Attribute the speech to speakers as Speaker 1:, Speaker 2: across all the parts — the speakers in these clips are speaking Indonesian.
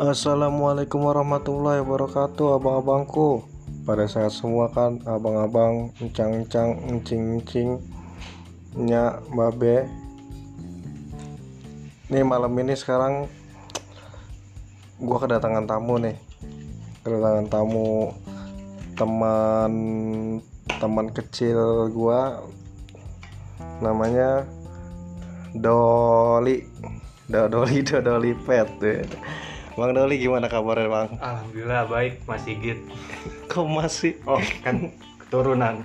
Speaker 1: Assalamualaikum warahmatullahi wabarakatuh abang-abangku Pada saat semua kan abang-abang encang-encang encing-encing Nyak babe Nih malam ini sekarang gua kedatangan tamu nih Kedatangan tamu teman teman kecil gua namanya Doli Dodoli Dodoli Pet Bang Doli gimana kabarnya Bang?
Speaker 2: Alhamdulillah baik Mas Sigit.
Speaker 1: Kok masih
Speaker 2: Oh kan keturunan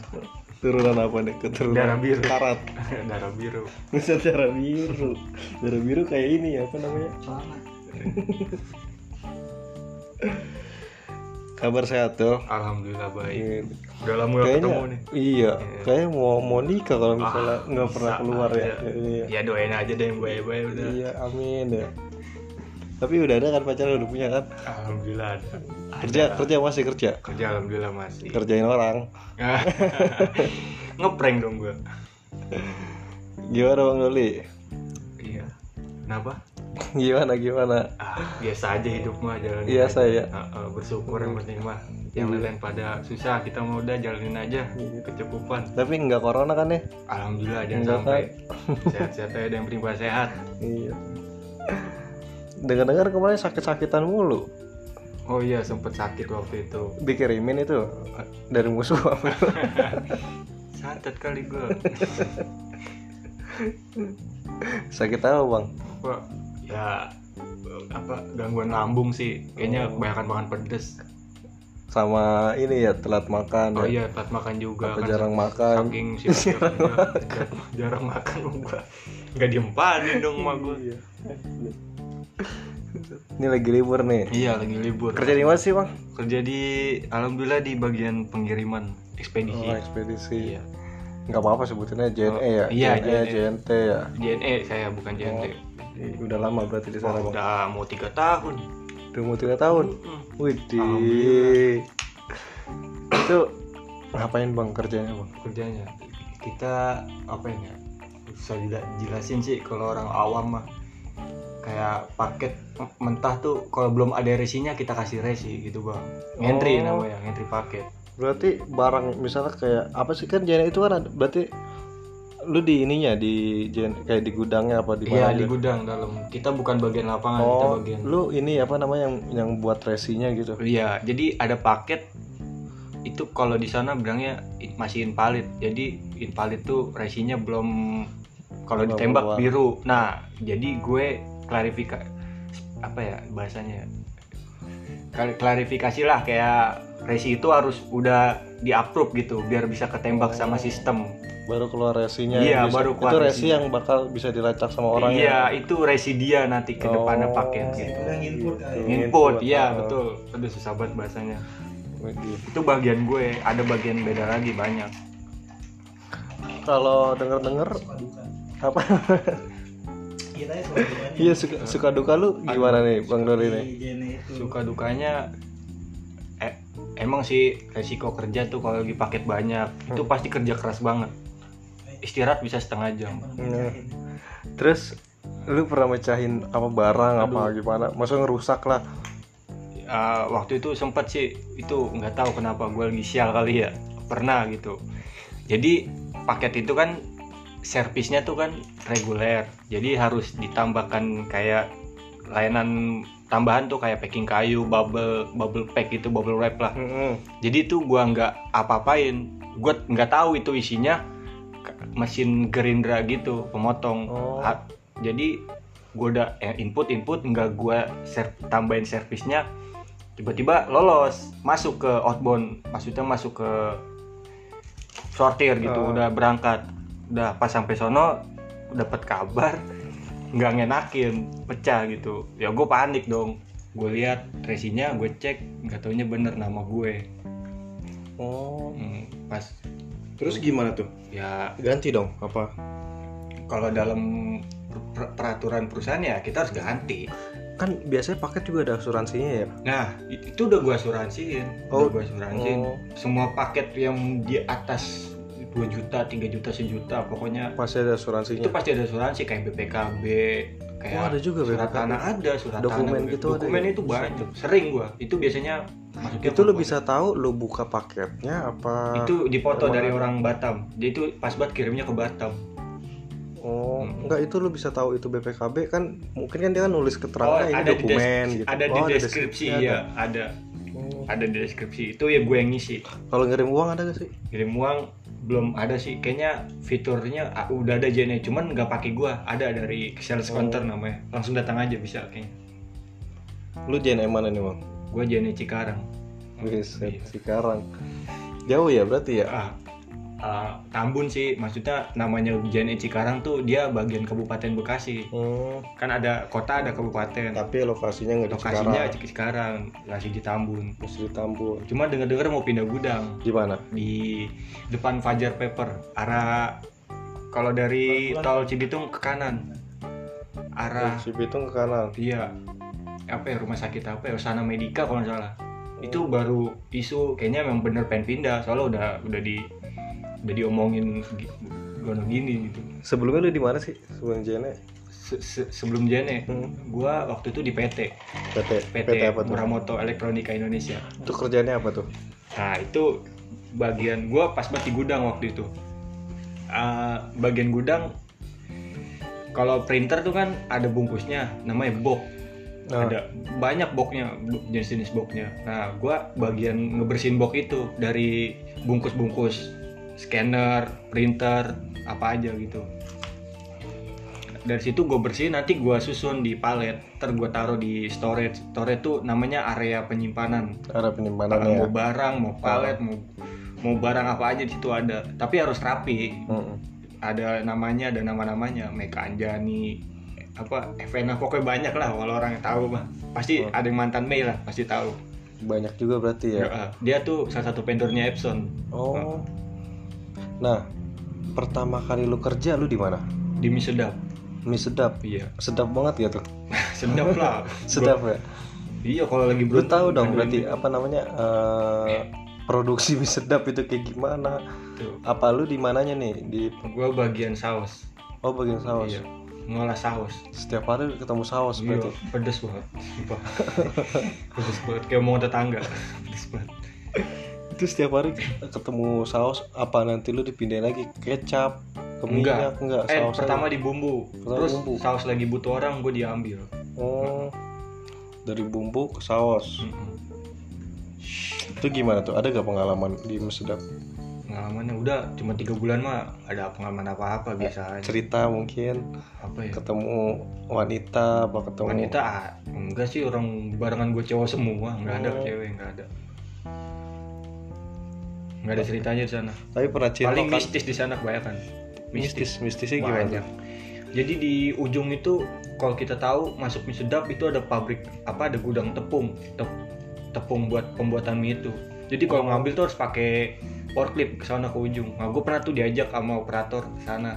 Speaker 1: turunan apa nih? Keturunan
Speaker 2: Darah biru.
Speaker 1: Karat.
Speaker 2: darah biru.
Speaker 1: Bisa darah biru. Darah biru kayak ini apa namanya? Kabar sehat tuh.
Speaker 2: Alhamdulillah baik.
Speaker 1: Iya.
Speaker 2: Udah lama gak ketemu nih.
Speaker 1: iya,
Speaker 2: Iya.
Speaker 1: kayak mau mau nikah kalau misalnya
Speaker 2: Ah,
Speaker 1: nggak pernah
Speaker 2: bisa
Speaker 1: keluar ya.
Speaker 2: aja.
Speaker 1: Iya,
Speaker 2: Ya doain aja deh yang baik-baik udah.
Speaker 1: iya, amin ya. Tapi udah ada kan pacar udah punya kan?
Speaker 2: Alhamdulillah ada.
Speaker 1: Kerja kerja masih kerja.
Speaker 2: Kerja alhamdulillah masih.
Speaker 1: Kerjain orang.
Speaker 2: Ngeprank dong gua.
Speaker 1: Gimana Bang Doli?
Speaker 2: Iya. Kenapa?
Speaker 1: Gimana gimana?
Speaker 2: Ah, biasa aja hidup mah jalanin.
Speaker 1: Iya,
Speaker 2: aja.
Speaker 1: saya.
Speaker 2: Ah, ah, bersyukur yang penting mah. Yang lain pada susah kita mau udah jalanin aja
Speaker 1: Iya.
Speaker 2: kecukupan.
Speaker 1: Tapi nggak corona kan ya?
Speaker 2: Alhamdulillah jangan
Speaker 1: Enggak,
Speaker 2: sampai sehat-sehat aja dan pribadi sehat.
Speaker 1: Iya. Dengar-dengar kemarin sakit-sakitan mulu.
Speaker 2: Oh iya sempet sakit waktu itu
Speaker 1: Dikirimin itu dari musuh apa?
Speaker 2: Santet kali gue
Speaker 1: sakit apa bang?
Speaker 2: Apa Ya apa gangguan lambung sih
Speaker 1: Oh.
Speaker 2: kayaknya kebanyakan makan pedes
Speaker 1: Sama ini ya telat makan. ya?
Speaker 2: oh iya telat makan juga
Speaker 1: Apa
Speaker 2: kan
Speaker 1: jarang makan?
Speaker 2: saking sih jarang, jarang makan gua nggak diempanin dong sama gua
Speaker 1: Iya. Ini lagi libur nih.
Speaker 2: iya lagi libur
Speaker 1: Kerja di mana sih bang?
Speaker 2: kerja di alhamdulillah di bagian pengiriman ekspedisi
Speaker 1: Oh, ekspedisi.
Speaker 2: iya
Speaker 1: Nggak apa-apa sebutinnya JNE ya.
Speaker 2: Oh, iya,
Speaker 1: JNE,
Speaker 2: JNE.
Speaker 1: JNT ya.
Speaker 2: JNE E, saya bukan JNT
Speaker 1: Ih, Udah lama berarti Oh. di sana
Speaker 2: Wah,
Speaker 1: bang.
Speaker 2: Oh, udah mau tiga tahun
Speaker 1: Udah mau tiga tahun.
Speaker 2: Mm.
Speaker 1: Wih, itu ngapain bang kerjanya bang?
Speaker 2: kerjanya kita apa ya bisa jelasin sih kalau orang awam mah kayak paket mentah tuh kalau belum ada resinya kita kasih resi gitu bang ngentri
Speaker 1: Oh.
Speaker 2: namanya ngentri paket
Speaker 1: Berarti barang misalnya kayak apa sih kan JNE itu kan ada, berarti lu di ininya di JNE kayak di gudangnya apa di
Speaker 2: iya
Speaker 1: mana?
Speaker 2: di
Speaker 1: gitu?
Speaker 2: gudang dalam kita bukan bagian lapangan kita
Speaker 1: oh,
Speaker 2: bagian
Speaker 1: lu ini apa namanya yang yang buat resinya gitu.
Speaker 2: iya jadi ada paket itu kalau di sana bilangnya i- masih invalid jadi invalid tuh resinya belum kalau
Speaker 1: Belum
Speaker 2: ditembak
Speaker 1: keluar.
Speaker 2: biru nah jadi gue klarifikasi apa ya bahasanya ya? Kla- klarifikasi lah kayak resi itu harus udah di approve gitu biar bisa ketembak sama sistem
Speaker 1: Baru keluar resinya.
Speaker 2: Iya,
Speaker 1: bisa-
Speaker 2: baru keluar
Speaker 1: Itu resi
Speaker 2: resinya.
Speaker 1: yang bakal bisa dilacak sama orang Oh, iya.
Speaker 2: iya itu resi dia nanti ke depannya paket gitu
Speaker 1: ya. Gitu
Speaker 2: input iya betul aduh susah banget bahasanya
Speaker 1: gitu.
Speaker 2: itu bagian gue ada bagian beda lagi banyak
Speaker 1: Kalau denger-denger apa?
Speaker 3: ya
Speaker 1: Iya suka, suka duka lu gimana nih Bang Doli nih?
Speaker 2: suka dukanya eh, emang sih resiko kerja tuh kalau lagi paket banyak itu pasti kerja keras banget istirahat bisa setengah jam
Speaker 1: Nah, Terus lu pernah mecahin apa barang apa gimana? Maksudnya ngerusak lah.
Speaker 2: Eh, waktu itu sempat sih itu nggak tahu kenapa gue lagi sial kali ya pernah gitu jadi paket itu kan servisnya tuh kan reguler jadi harus ditambahkan kayak layanan tambahan tuh kayak packing kayu bubble bubble pack gitu bubble wrap lah jadi itu gua nggak apa-apain gua nggak tahu itu isinya k- mesin gerindra gitu pemotong
Speaker 1: Oh.
Speaker 2: Ha- jadi gua udah eh, input input nggak gua ser- tambahin servisnya tiba-tiba lolos masuk ke outbound maksudnya masuk ke sortir gitu
Speaker 1: Oh.
Speaker 2: udah berangkat udah pas sampai sono dapat kabar nggak ngenakin pecah gitu ya gue panik dong gue lihat resinya gue cek nggak taunya bener nama gue
Speaker 1: Oh.
Speaker 2: Hmm, pas
Speaker 1: Terus gimana tuh?
Speaker 2: ya
Speaker 1: Ganti dong apa?
Speaker 2: kalau dalam per- peraturan perusahaan ya kita harus ganti.
Speaker 1: Kan biasanya paket juga ada asuransinya ya.
Speaker 2: Nah, i- itu udah gua asuransiin.
Speaker 1: Oh.
Speaker 2: Udah gua asuransiin.
Speaker 1: Oh.
Speaker 2: Semua paket yang di atas 2 juta, 3 juta, sejuta pokoknya
Speaker 1: Pasti ada
Speaker 2: itu
Speaker 1: asuransinya.
Speaker 2: pasti ada asuransi kayak BPKB, kayak
Speaker 1: Iya. Oh, ada juga
Speaker 2: surat
Speaker 1: BPKB.
Speaker 2: tanah ada surat
Speaker 1: Dokumen
Speaker 2: tanah,
Speaker 1: gitu ada
Speaker 2: dokumen
Speaker 1: ya?
Speaker 2: itu banyak sering gua itu biasanya masuknya
Speaker 1: itu lo
Speaker 2: foto.
Speaker 1: bisa tahu lo buka paketnya apa
Speaker 2: itu dipoto
Speaker 1: Emang
Speaker 2: dari
Speaker 1: ada.
Speaker 2: orang Batam dia itu pas banget kirimnya ke Batam
Speaker 1: oh
Speaker 2: Hmm.
Speaker 1: enggak itu lo bisa tahu itu BPKB kan mungkin kan dia kan nulis keterangan ini
Speaker 2: di
Speaker 1: dokumen gitu
Speaker 2: deskripsi- ada
Speaker 1: Oh,
Speaker 2: di deskripsi
Speaker 1: deskripsinya,
Speaker 2: ya
Speaker 1: ada.
Speaker 2: ada
Speaker 1: Oh.
Speaker 2: ada di deskripsi itu ya gue yang ngisi
Speaker 1: kalau ngirim uang ada gak sih
Speaker 2: kirim uang belum ada sih kayaknya fiturnya ah, udah ada JNE cuman nggak pakai gua ada dari sales
Speaker 1: Oh.
Speaker 2: counter namanya langsung datang aja bisa kayaknya
Speaker 1: lu JNM mana nih bang
Speaker 2: gua JNE Cikarang
Speaker 1: Buset,
Speaker 2: Iya.
Speaker 1: sekarang jauh ya berarti ya
Speaker 2: Ah, ah, Tambun sih maksudnya namanya JNE Cikarang tuh dia bagian Kabupaten Bekasi
Speaker 1: Hmm,
Speaker 2: kan ada kota ada kabupaten
Speaker 1: tapi lokasinya nggak di
Speaker 2: lokasinya
Speaker 1: Cikarang
Speaker 2: Cikarang. Cikarang lagi di Tambun
Speaker 1: terus di Tambun
Speaker 2: cuma dengar-dengar mau pindah gudang
Speaker 1: di mana
Speaker 2: di depan Fajar Paper arah kalau dari tol Cibitung ke kanan arah
Speaker 1: si Bitung ke kanan
Speaker 2: iya apa ya rumah sakit apa ya Sana Medika kalau nggak salah
Speaker 1: Oh.
Speaker 2: itu baru isu kayaknya memang bener pengen pindah soalnya udah udah di udah diomongin gi- gono gini gitu
Speaker 1: sebelumnya lu di mana sih sebelum JNE
Speaker 2: Se- se- sebelum Jene
Speaker 1: Hmm.
Speaker 2: gua waktu itu di PT
Speaker 1: PT
Speaker 2: PT,
Speaker 1: apa tuh
Speaker 2: Muramoto Elektronika Indonesia
Speaker 1: itu kerjanya apa tuh
Speaker 2: Nah itu bagian gua pas banget di gudang waktu itu. Ah, bagian gudang kalau printer tuh kan ada bungkusnya namanya box.
Speaker 1: Nah.
Speaker 2: Ada banyak boxnya bo- jenis-jenis boxnya. Nah gua bagian ngebersihin box itu dari bungkus-bungkus scanner, printer, apa aja gitu. Dari situ gue bersihin, nanti gua susun di palet, ter gue taruh di storage. Storage tuh namanya area penyimpanan
Speaker 1: ada penyimpanan ya
Speaker 2: mau barang mau palet mau mau barang apa aja di situ ada tapi harus rapi
Speaker 1: Mm-mm.
Speaker 2: ada namanya ada nama namanya Meka Anjani apa Evena pokoknya banyak lah kalau orang yang tahu mah pasti
Speaker 1: Hmm.
Speaker 2: ada yang mantan Mei lah pasti tahu
Speaker 1: banyak juga berarti ya
Speaker 2: Heeh. dia tuh salah satu vendornya Epson
Speaker 1: oh nah pertama kali lu kerja lu di mana
Speaker 2: di mie sedap
Speaker 1: mie sedap
Speaker 2: iya
Speaker 1: sedap banget ya tuh
Speaker 2: sedap lah
Speaker 1: sedap ya
Speaker 2: Bro, iya kalau lagi
Speaker 1: lu
Speaker 2: beruntung
Speaker 1: tahu dong
Speaker 2: aduh,
Speaker 1: berarti
Speaker 2: ini
Speaker 1: apa namanya eh, produksi mie sedap itu kayak gimana
Speaker 2: tuh.
Speaker 1: apa lu di mananya nih di
Speaker 2: gua bagian saus
Speaker 1: oh bagian saus
Speaker 2: iya ngolah saus
Speaker 1: setiap hari ketemu saus
Speaker 2: Iya,
Speaker 1: berarti
Speaker 2: pedes banget. sumpah. pedes banget kayak omongan tetangga. Pedes banget.
Speaker 1: itu setiap hari ketemu saus apa nanti lu dipindahin lagi kecap ke minyak
Speaker 2: Enggak.
Speaker 1: enggak
Speaker 2: eh,
Speaker 1: saus
Speaker 2: pertama di bumbu.
Speaker 1: Pertama
Speaker 2: Terus
Speaker 1: bumbu.
Speaker 2: saus lagi butuh orang gue diambil.
Speaker 1: oh dari bumbu ke saus
Speaker 2: Mm-mm.
Speaker 1: itu gimana tuh ada gak pengalaman di mie sedap
Speaker 2: Pengalamannya udah cuma tiga bulan mah nggak ada pengalaman apa-apa biasa aja.
Speaker 1: cerita mungkin
Speaker 2: Apa ya?
Speaker 1: ketemu wanita apa ketemu
Speaker 2: Wanita ah, enggak sih orang barengan gue cowok semua, nggak ada
Speaker 1: Oh.
Speaker 2: cewek, nggak ada. Nggak ada ceritanya di sana.
Speaker 1: tapi pernah cinta
Speaker 2: Paling
Speaker 1: kan?
Speaker 2: mistis di sana kebanyakan.
Speaker 1: mistis mistisnya gimana
Speaker 2: Banyak. Jadi di ujung itu kalau kita tahu masuk mie sedap itu ada pabrik apa ada gudang tepung Tep- tepung buat pembuatan mie itu. Jadi kalau ngambil tuh harus pakai forklift ke sana ke ujung. Nah, gue pernah tuh diajak sama operator ke sana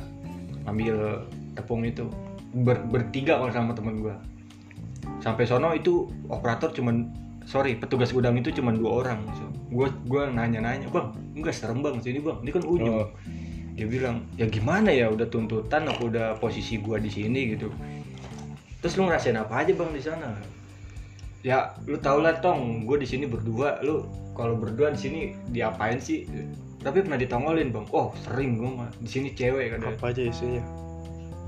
Speaker 2: ngambil tepung itu Ber- bertiga kalau sama temen gue. Sampai sono itu operator cuman sorry petugas gudang itu cuman dua orang. Gue gue nanya-nanya bang, enggak serem bang sini bang, ini kan ujung
Speaker 1: Oh,
Speaker 2: dia bilang ya gimana ya udah tuntutan aku udah posisi gua di sini gitu terus lu ngerasain apa aja bang di sana ya lu tau lah tong gue di sini berdua lu kalau berdua di sini diapain sih tapi pernah ditongolin bang oh sering gue mah di sini cewek kan
Speaker 1: apa aja isinya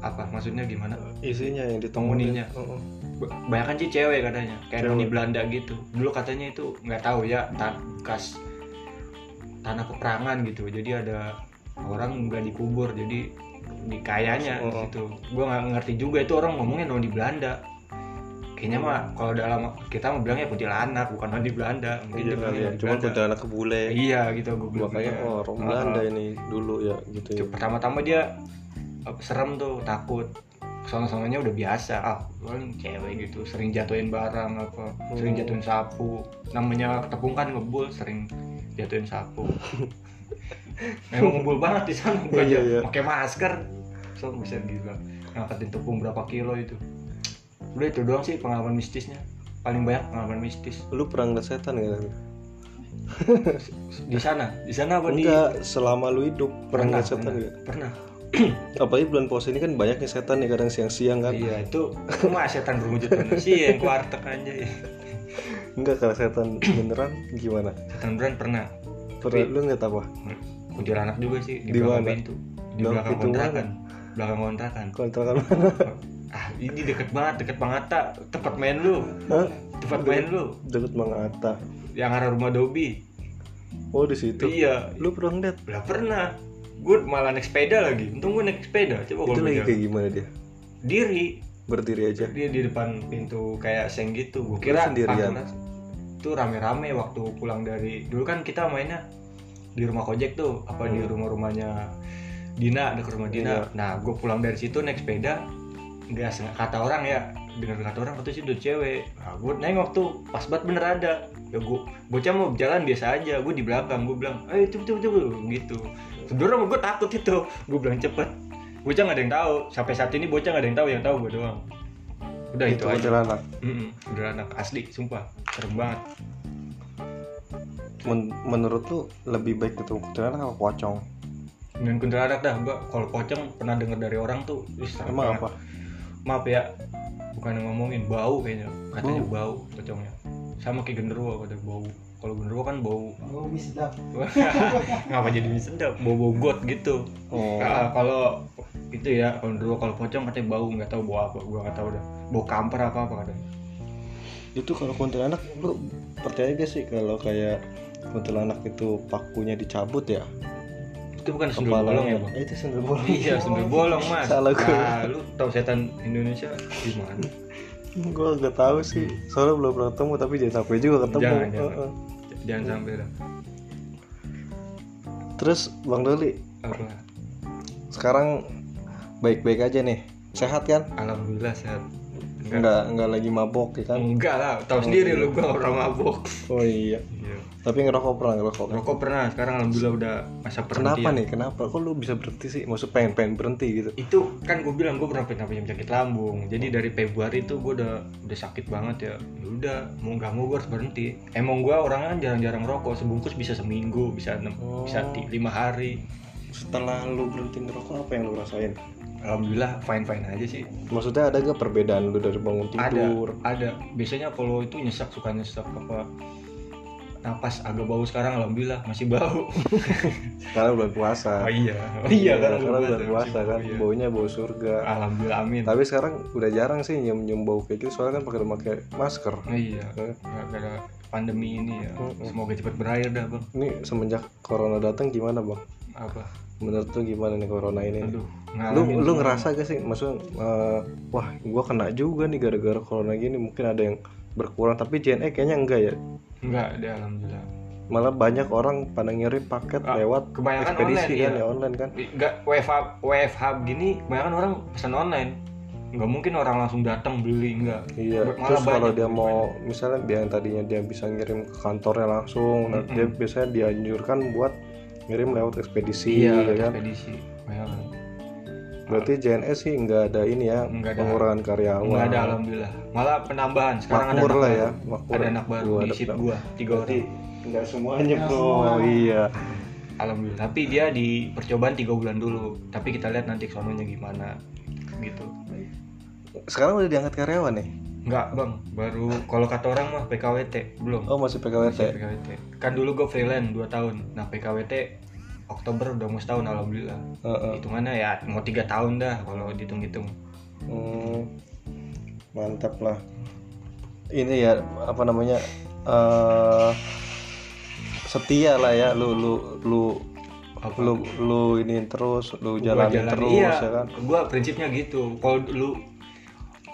Speaker 2: apa maksudnya gimana
Speaker 1: isinya yang ditongolin
Speaker 2: Penghuninya. banyak sih cewek katanya kayak
Speaker 1: Cewek.
Speaker 2: di Belanda gitu dulu katanya itu nggak tahu ya tan kas tanah peperangan gitu jadi ada orang nggak dikubur jadi di kayanya
Speaker 1: Oh.
Speaker 2: gitu gua nggak ngerti juga itu orang ngomongnya non di Belanda kayaknya mah kalau dalam kita mau bilangnya kuntilanak bukan non di Belanda mungkin
Speaker 1: Iya
Speaker 2: dia
Speaker 1: kali
Speaker 2: bilangnya
Speaker 1: ya.
Speaker 2: non di
Speaker 1: Cuman
Speaker 2: Belanda.
Speaker 1: kuntilanak kebule.
Speaker 2: iya gitu gue
Speaker 1: Makanya oh, orang Belanda ini dulu ya gitu. ya.
Speaker 2: Tuh, pertama-tama dia eh, serem tuh takut sono-sononya udah biasa ah paling cewek gitu sering jatuhin barang apa
Speaker 1: Hmm.
Speaker 2: sering jatuhin sapu namanya tepung kan ngebul sering jatuhin sapu memang ngebul banget di sana gua
Speaker 1: Iya,
Speaker 2: aja
Speaker 1: iya.
Speaker 2: pakai masker so bisa gila ngangkatin tepung berapa kilo itu udah itu doang sih pengalaman mistisnya paling banyak pengalaman mistis
Speaker 1: Lu pernah ngeliat setan gak? Tapi?
Speaker 2: di sana di sana apa di
Speaker 1: Nah, Enggak, selama lu hidup pernah
Speaker 2: pernah
Speaker 1: ngeliat setan
Speaker 2: pernah,
Speaker 1: gak?
Speaker 2: pernah.
Speaker 1: apalagi bulan puasa ini kan banyak nih setan nih kadang siang-siang kan
Speaker 2: iya itu cuma setan berwujud manusia yang kuartek aja ya.
Speaker 1: enggak kalau setan beneran gimana
Speaker 2: setan beran pernah
Speaker 1: pernah lu nggak apa
Speaker 2: kuntilanak juga sih di,
Speaker 1: Di
Speaker 2: belakang
Speaker 1: mana?
Speaker 2: pintu di
Speaker 1: Belakang
Speaker 2: belakang
Speaker 1: pintu
Speaker 2: kontrakan belakang kontrakan
Speaker 1: kontrakan
Speaker 2: ah ini deket banget deket banget tak tempat main lu
Speaker 1: Hah?
Speaker 2: tempat main lu
Speaker 1: deket Mang Atta
Speaker 2: yang arah rumah Dobi
Speaker 1: oh di situ
Speaker 2: iya
Speaker 1: lu pernah ngeliat
Speaker 2: lah pernah gue malah naik sepeda lagi untung gue naik sepeda
Speaker 1: itu
Speaker 2: coba kalau
Speaker 1: lagi
Speaker 2: gua
Speaker 1: kayak gimana dia
Speaker 2: diri
Speaker 1: berdiri aja
Speaker 2: dia di depan pintu kayak seng gitu gue kira
Speaker 1: sendirian?
Speaker 2: pas- itu rame-rame waktu pulang dari dulu kan kita mainnya di rumah kojek tuh apa di
Speaker 1: Hmm. Iya.
Speaker 2: rumah-rumahnya Dina dekat rumah Dina nah gue pulang dari situ naik sepeda nggak seng- kata orang ya dengar kata orang katanya sih udah cewek nah, gue nengok tuh pas banget bener ada ya gue bocah mau jalan biasa aja gue di belakang gue bilang eh cepet cepet cepet gitu sebenarnya gue takut itu gue bilang cepet bocah nggak ada yang tahu sampai saat ini bocah nggak ada yang tahu yang tahu gue doang udah Nah, itu, aja
Speaker 1: kuntilanak
Speaker 2: Mm-mm, udah anak asli sumpah serem banget
Speaker 1: Men- menurut lu lebih baik ketemu kuntilanak apa pocong
Speaker 2: dengan kuntilanak dah mbak kalau pocong pernah dengar dari orang tuh ih, serem
Speaker 1: emang
Speaker 2: banget.
Speaker 1: apa
Speaker 2: maaf ya bukan yang ngomongin bau kayaknya katanya bau pocongnya sama kayak genderuwo kata bau kalau genderuwo kan bau
Speaker 3: Oh, mie sedap.
Speaker 2: ngapa jadi mie sedap bau bau got gitu
Speaker 1: oh
Speaker 2: Ah, kalau itu ya kalau genderuwo kalau pocong katanya bau nggak tahu bau apa gua nggak tahu dah bau kamper apa apa katanya
Speaker 1: itu kalau kuntilanak lu percaya gak sih kalau kayak kuntilanak itu pakunya dicabut ya
Speaker 2: itu bukan sendal bolong ya bang
Speaker 1: Eh, itu sendal bolong
Speaker 2: iya sendal bolong mas
Speaker 1: Salah gua.
Speaker 2: Nah, lu tahu setan Indonesia gimana
Speaker 1: gue gak tahu sih soalnya belum pernah ketemu tapi jangan sampai juga ketemu
Speaker 2: Jangan, jangan.
Speaker 1: Heeh.
Speaker 2: jangan sampai dah
Speaker 1: terus bang Doli
Speaker 2: apa
Speaker 1: sekarang baik-baik aja nih sehat kan
Speaker 2: alhamdulillah sehat
Speaker 1: nggak nggak lagi mabok ya kan
Speaker 2: enggak lah tahu sendiri
Speaker 1: iya.
Speaker 2: lu gua nggak pernah mabok
Speaker 1: oh iya
Speaker 2: iya.
Speaker 1: tapi ngerokok pernah ngerokok
Speaker 2: rokok pernah sekarang alhamdulillah udah masa perhentian
Speaker 1: kenapa nih kenapa kok lu bisa berhenti sih maksud pengen pengen berhenti gitu
Speaker 2: itu kan gue bilang gue pernah punya punya penyakit lambung jadi dari Februari itu gue udah udah sakit banget ya ya udah mau nggak mau gue harus berhenti emang gue orangnya kan jarang-jarang rokok sebungkus bisa seminggu bisa enam
Speaker 1: Oh.
Speaker 2: bisa ti- lima hari
Speaker 1: setelah lu berhenti ngerokok apa yang lu rasain
Speaker 2: alhamdulillah fine fine aja sih
Speaker 1: maksudnya ada gak perbedaan lu dari bangun tidur
Speaker 2: ada ada biasanya kalau itu nyesek suka nyesek apa napas agak bau sekarang alhamdulillah masih bau
Speaker 1: karena bulan puasa
Speaker 2: oh iya oh iya kan
Speaker 1: karena bulan puasa kan
Speaker 2: Iya. Ah.
Speaker 1: baunya bau surga
Speaker 2: alhamdulillah amin
Speaker 1: tapi sekarang udah jarang sih nyium nyium bau kayak gitu soalnya kan pakai pakai masker
Speaker 2: Oh iya
Speaker 1: Eh.
Speaker 2: gara-gara pandemi ini ya
Speaker 1: Mm-mm.
Speaker 2: semoga cepat berakhir dah bang
Speaker 1: ini semenjak corona datang gimana bang
Speaker 2: apa
Speaker 1: menurut lu gimana nih corona ini nih?
Speaker 2: aduh
Speaker 1: lu
Speaker 2: ngalamin
Speaker 1: lu
Speaker 2: semua.
Speaker 1: ngerasa gak sih maksudnya eh, wah gua kena juga nih gara-gara corona gini mungkin ada yang berkurang tapi JNE kayaknya enggak ya
Speaker 2: enggak deh alhamdulillah
Speaker 1: malah banyak orang pada ngirim paket
Speaker 2: Ah,
Speaker 1: lewat
Speaker 2: kebanyakan
Speaker 1: ekspedisi
Speaker 2: online,
Speaker 1: kan
Speaker 2: iya.
Speaker 1: ya online kan
Speaker 2: enggak WFH WFH begini kebanyakan orang pesan online nggak mungkin orang langsung datang beli enggak
Speaker 1: Iya,
Speaker 2: Malah
Speaker 1: terus kalau
Speaker 2: banyak
Speaker 1: dia
Speaker 2: yang
Speaker 1: mau misalnya dia yang tadinya dia bisa ngirim ke kantornya langsung, nah, dia biasanya dianjurkan buat ngirim lewat ekspedisi, ya kan?
Speaker 2: Iya, ekspedisi Kebanyakan.
Speaker 1: Berarti JNS sih nggak ada ini ya,
Speaker 2: Nggak ada.
Speaker 1: pengurangan karyawan.
Speaker 2: enggak ada alhamdulillah malah penambahan sekarang
Speaker 1: Makmur
Speaker 2: ada anak
Speaker 1: lah
Speaker 2: baru.
Speaker 1: ya, makmur.
Speaker 2: ada anak baru
Speaker 1: Gua
Speaker 2: di
Speaker 1: ada
Speaker 2: shift
Speaker 1: penam-
Speaker 2: gua tiga
Speaker 1: Berarti
Speaker 2: orang
Speaker 1: nggak semuanya
Speaker 3: Nggak
Speaker 1: bro.
Speaker 3: semua.
Speaker 1: Iya.
Speaker 2: alhamdulillah tapi dia di percobaan tiga bulan dulu tapi kita lihat nanti sononya gimana gitu
Speaker 1: Sekarang udah diangkat karyawan ya? nih.
Speaker 2: Enggak bang, baru kalau kata orang mah PKWT belum.
Speaker 1: Oh masih PKWT.
Speaker 2: PKWT. Kan dulu gue freelance 2 tahun. Nah PKWT Oktober udah mau setahun alhamdulillah.
Speaker 1: Heeh.
Speaker 2: Hitungannya ya mau tiga tahun dah kalau dihitung-hitung.
Speaker 1: Hmm, mantap lah. Ini ya apa namanya? eh setia lah ya lu lu lu
Speaker 2: Apa?
Speaker 1: lu lu ini terus lu
Speaker 2: Gua
Speaker 1: jalanin
Speaker 2: jalani.
Speaker 1: terus
Speaker 2: iya,
Speaker 1: ya kan
Speaker 2: Gue prinsipnya gitu. Kalau lu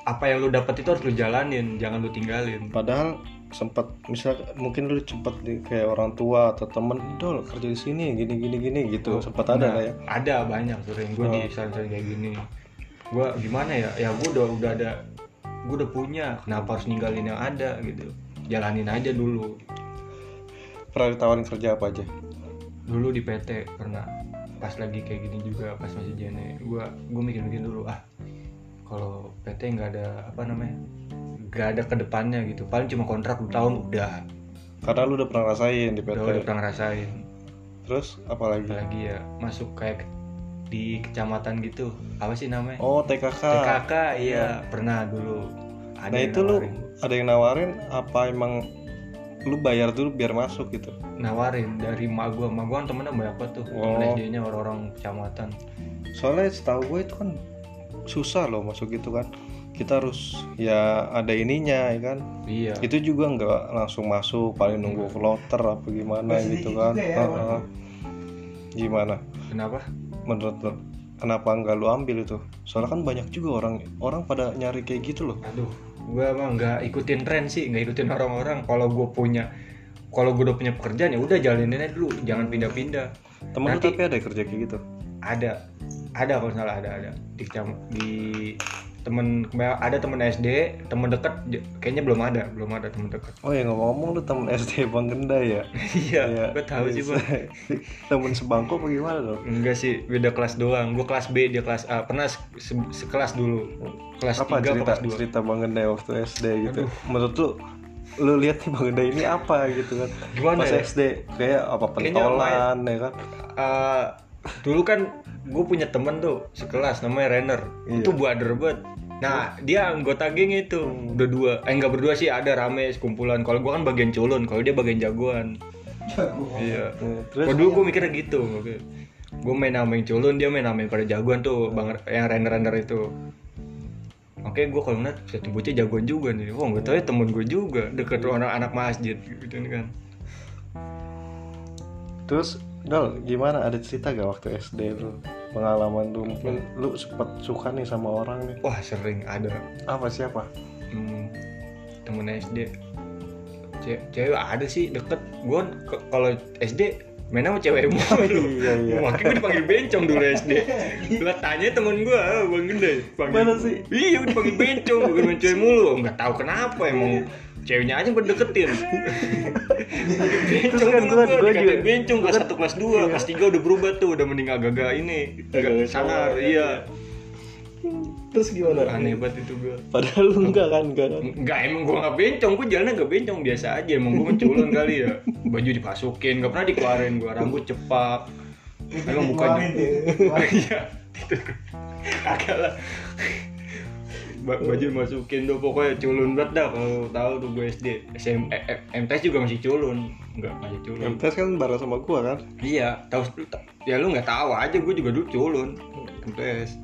Speaker 2: apa yang lu dapat itu harus lu jalanin, jangan lu tinggalin.
Speaker 1: padahal sempat misal mungkin lu cepet di, kayak orang tua atau temen dol kerja di sini gini gini gini gitu sempat ada
Speaker 2: Nah,
Speaker 1: lah ya
Speaker 2: Ada banyak sering gue
Speaker 1: Oh.
Speaker 2: disaran-saran kayak gini. Gue gimana ya? Ya gue udah udah ada, gue udah punya. Kenapa harus ninggalin yang ada gitu? Jalanin aja dulu.
Speaker 1: pernah ditawarin kerja apa aja
Speaker 2: Dulu di PT pernah pas lagi kayak gini juga pas masih jene gue gue mikir-mikir dulu ah kalau PT nggak ada apa namanya nggak ada kedepannya gitu paling cuma kontrak 2 tahun udah
Speaker 1: karena lu udah pernah rasain di PT
Speaker 2: udah udah pernah ngerasain
Speaker 1: terus apa lagi
Speaker 2: apalagi ya masuk kayak di kecamatan gitu apa sih namanya
Speaker 1: Oh TKK.
Speaker 2: TKK iya pernah dulu ada
Speaker 1: Nah
Speaker 2: yang
Speaker 1: itu lu
Speaker 2: nawarin.
Speaker 1: ada yang nawarin apa emang lu bayar dulu biar masuk gitu?
Speaker 2: nawarin dari mak gua mak gua kan temennya banyak banget tuh temen
Speaker 1: Oh.
Speaker 2: SD-nya orang-orang kecamatan
Speaker 1: Soalnya setahu gue itu kan susah loh masuk gitu kan. Kita harus ya ada ininya ya kan.
Speaker 2: iya
Speaker 1: Itu juga nggak langsung masuk paling nunggu kloter apa gimana
Speaker 3: Masih
Speaker 1: gitu kan.
Speaker 3: dikit juga ya,
Speaker 1: Heeh. Gimana?
Speaker 2: kenapa
Speaker 1: Menurut lu kenapa nggak lu ambil itu? Soalnya kan banyak juga orang orang pada nyari kayak gitu loh.
Speaker 2: aduh gua mah nggak ikutin tren sih nggak ikutin orang-orang kalau gua punya kalau gua udah punya pekerjaan ya udah jalanin aja dulu jangan pindah-pindah
Speaker 1: Temen lu
Speaker 2: Nanti-
Speaker 1: tapi ada yang kerja kayak gitu.
Speaker 2: ada ada kalau nggak salah ada ada di kecam- di temen ada temen SD temen deket j- kayaknya belum ada belum ada temen deket
Speaker 1: Oh ya ngomong-ngomong lu temen SD Bang Genda ya? Iya.
Speaker 2: iya gue tahu sih bang
Speaker 1: temen sebangku apa gimana dong?
Speaker 2: enggak sih beda kelas doang gue kelas B dia kelas A pernah se- se- sekelas dulu kelas
Speaker 1: apa
Speaker 2: 3
Speaker 1: cerita
Speaker 2: kelas 2
Speaker 1: cerita Bang Genda waktu SD gitu? Menurut lu lu lihat nih Bang Genda ini apa gitu kan?
Speaker 2: Gimana
Speaker 1: Pas
Speaker 2: ya?
Speaker 1: SD kayak apa
Speaker 2: Kayaknya
Speaker 1: pentolan ya kan?
Speaker 2: Eh, dulu kan gue punya temen tuh sekelas namanya Renner
Speaker 1: Iya.
Speaker 2: itu brother banget nah dia anggota geng itu berdua eh enggak berdua sih ada rame sekumpulan kalau gue kan bagian culun kalau dia bagian jagoan
Speaker 3: Jago.
Speaker 2: iya
Speaker 1: Nah, Terus
Speaker 2: Kalau dulu gue mikirnya gitu Gue main sama yang culun, dia main sama yang pada jagoan
Speaker 1: Hmm.
Speaker 2: tuh bang, Yang render-render itu Oke gue kalau ngeliat, satu bocah jagoan juga nih Wah gak tau ya temen gue juga Deket
Speaker 1: Iya.
Speaker 2: orang anak masjid gitu kan
Speaker 1: terus Dol, gimana ada cerita gak waktu SD lu? Pengalaman lu mungkin lu sempet suka nih sama orang nih.
Speaker 2: Wah sering ada
Speaker 1: Apa siapa?
Speaker 2: hmm, Temen SD Ce- Cewek ada sih deket Gue kalau SD main sama cewek mulu
Speaker 1: iya iya.
Speaker 2: Makanya gue dipanggil bencong dulu SD Gue tanya temen gue, "Ah, Bang Gede panggil-
Speaker 1: Mana sih?
Speaker 2: Iya gue dipanggil bencong, bukan main cewek mulu Gak tahu kenapa emang
Speaker 1: Iya.
Speaker 2: Ceweknya aja gue deketin
Speaker 1: Terus
Speaker 2: Bencong
Speaker 1: kan
Speaker 2: dulu
Speaker 1: gua- gua
Speaker 2: gue,
Speaker 1: iya.
Speaker 2: dikatain
Speaker 1: juga-
Speaker 2: bencong kelas 1, kelas 2, kelas 3 udah berubah tuh Udah mending agak-agak ini
Speaker 1: Agak-agak
Speaker 2: Agak sanar,
Speaker 1: sanar,
Speaker 2: iya
Speaker 1: Terus gimana?
Speaker 2: Aneh banget itu gue
Speaker 1: Padahal lu enggak kan enggak kan?
Speaker 2: Enggak, emang gue gak bencong, gue jalannya gak bencong, biasa aja Emang gue menculon kali ya Baju dipasukin, gak pernah dikeluarin gue, rambut cepak Emang
Speaker 3: Itu
Speaker 2: mukanya
Speaker 3: dikeluarin deh, dikeluarin.
Speaker 2: Iya, kagak lah. Ba- baju masukin tuh pokoknya culun banget dah kalau tahu tuh gue SD SM, eh, eh, MTs juga masih culun nggak masih culun
Speaker 1: MTS kan bareng sama gua kan?
Speaker 2: iya tahu ya lu nggak tahu aja gue juga dulu culun MTs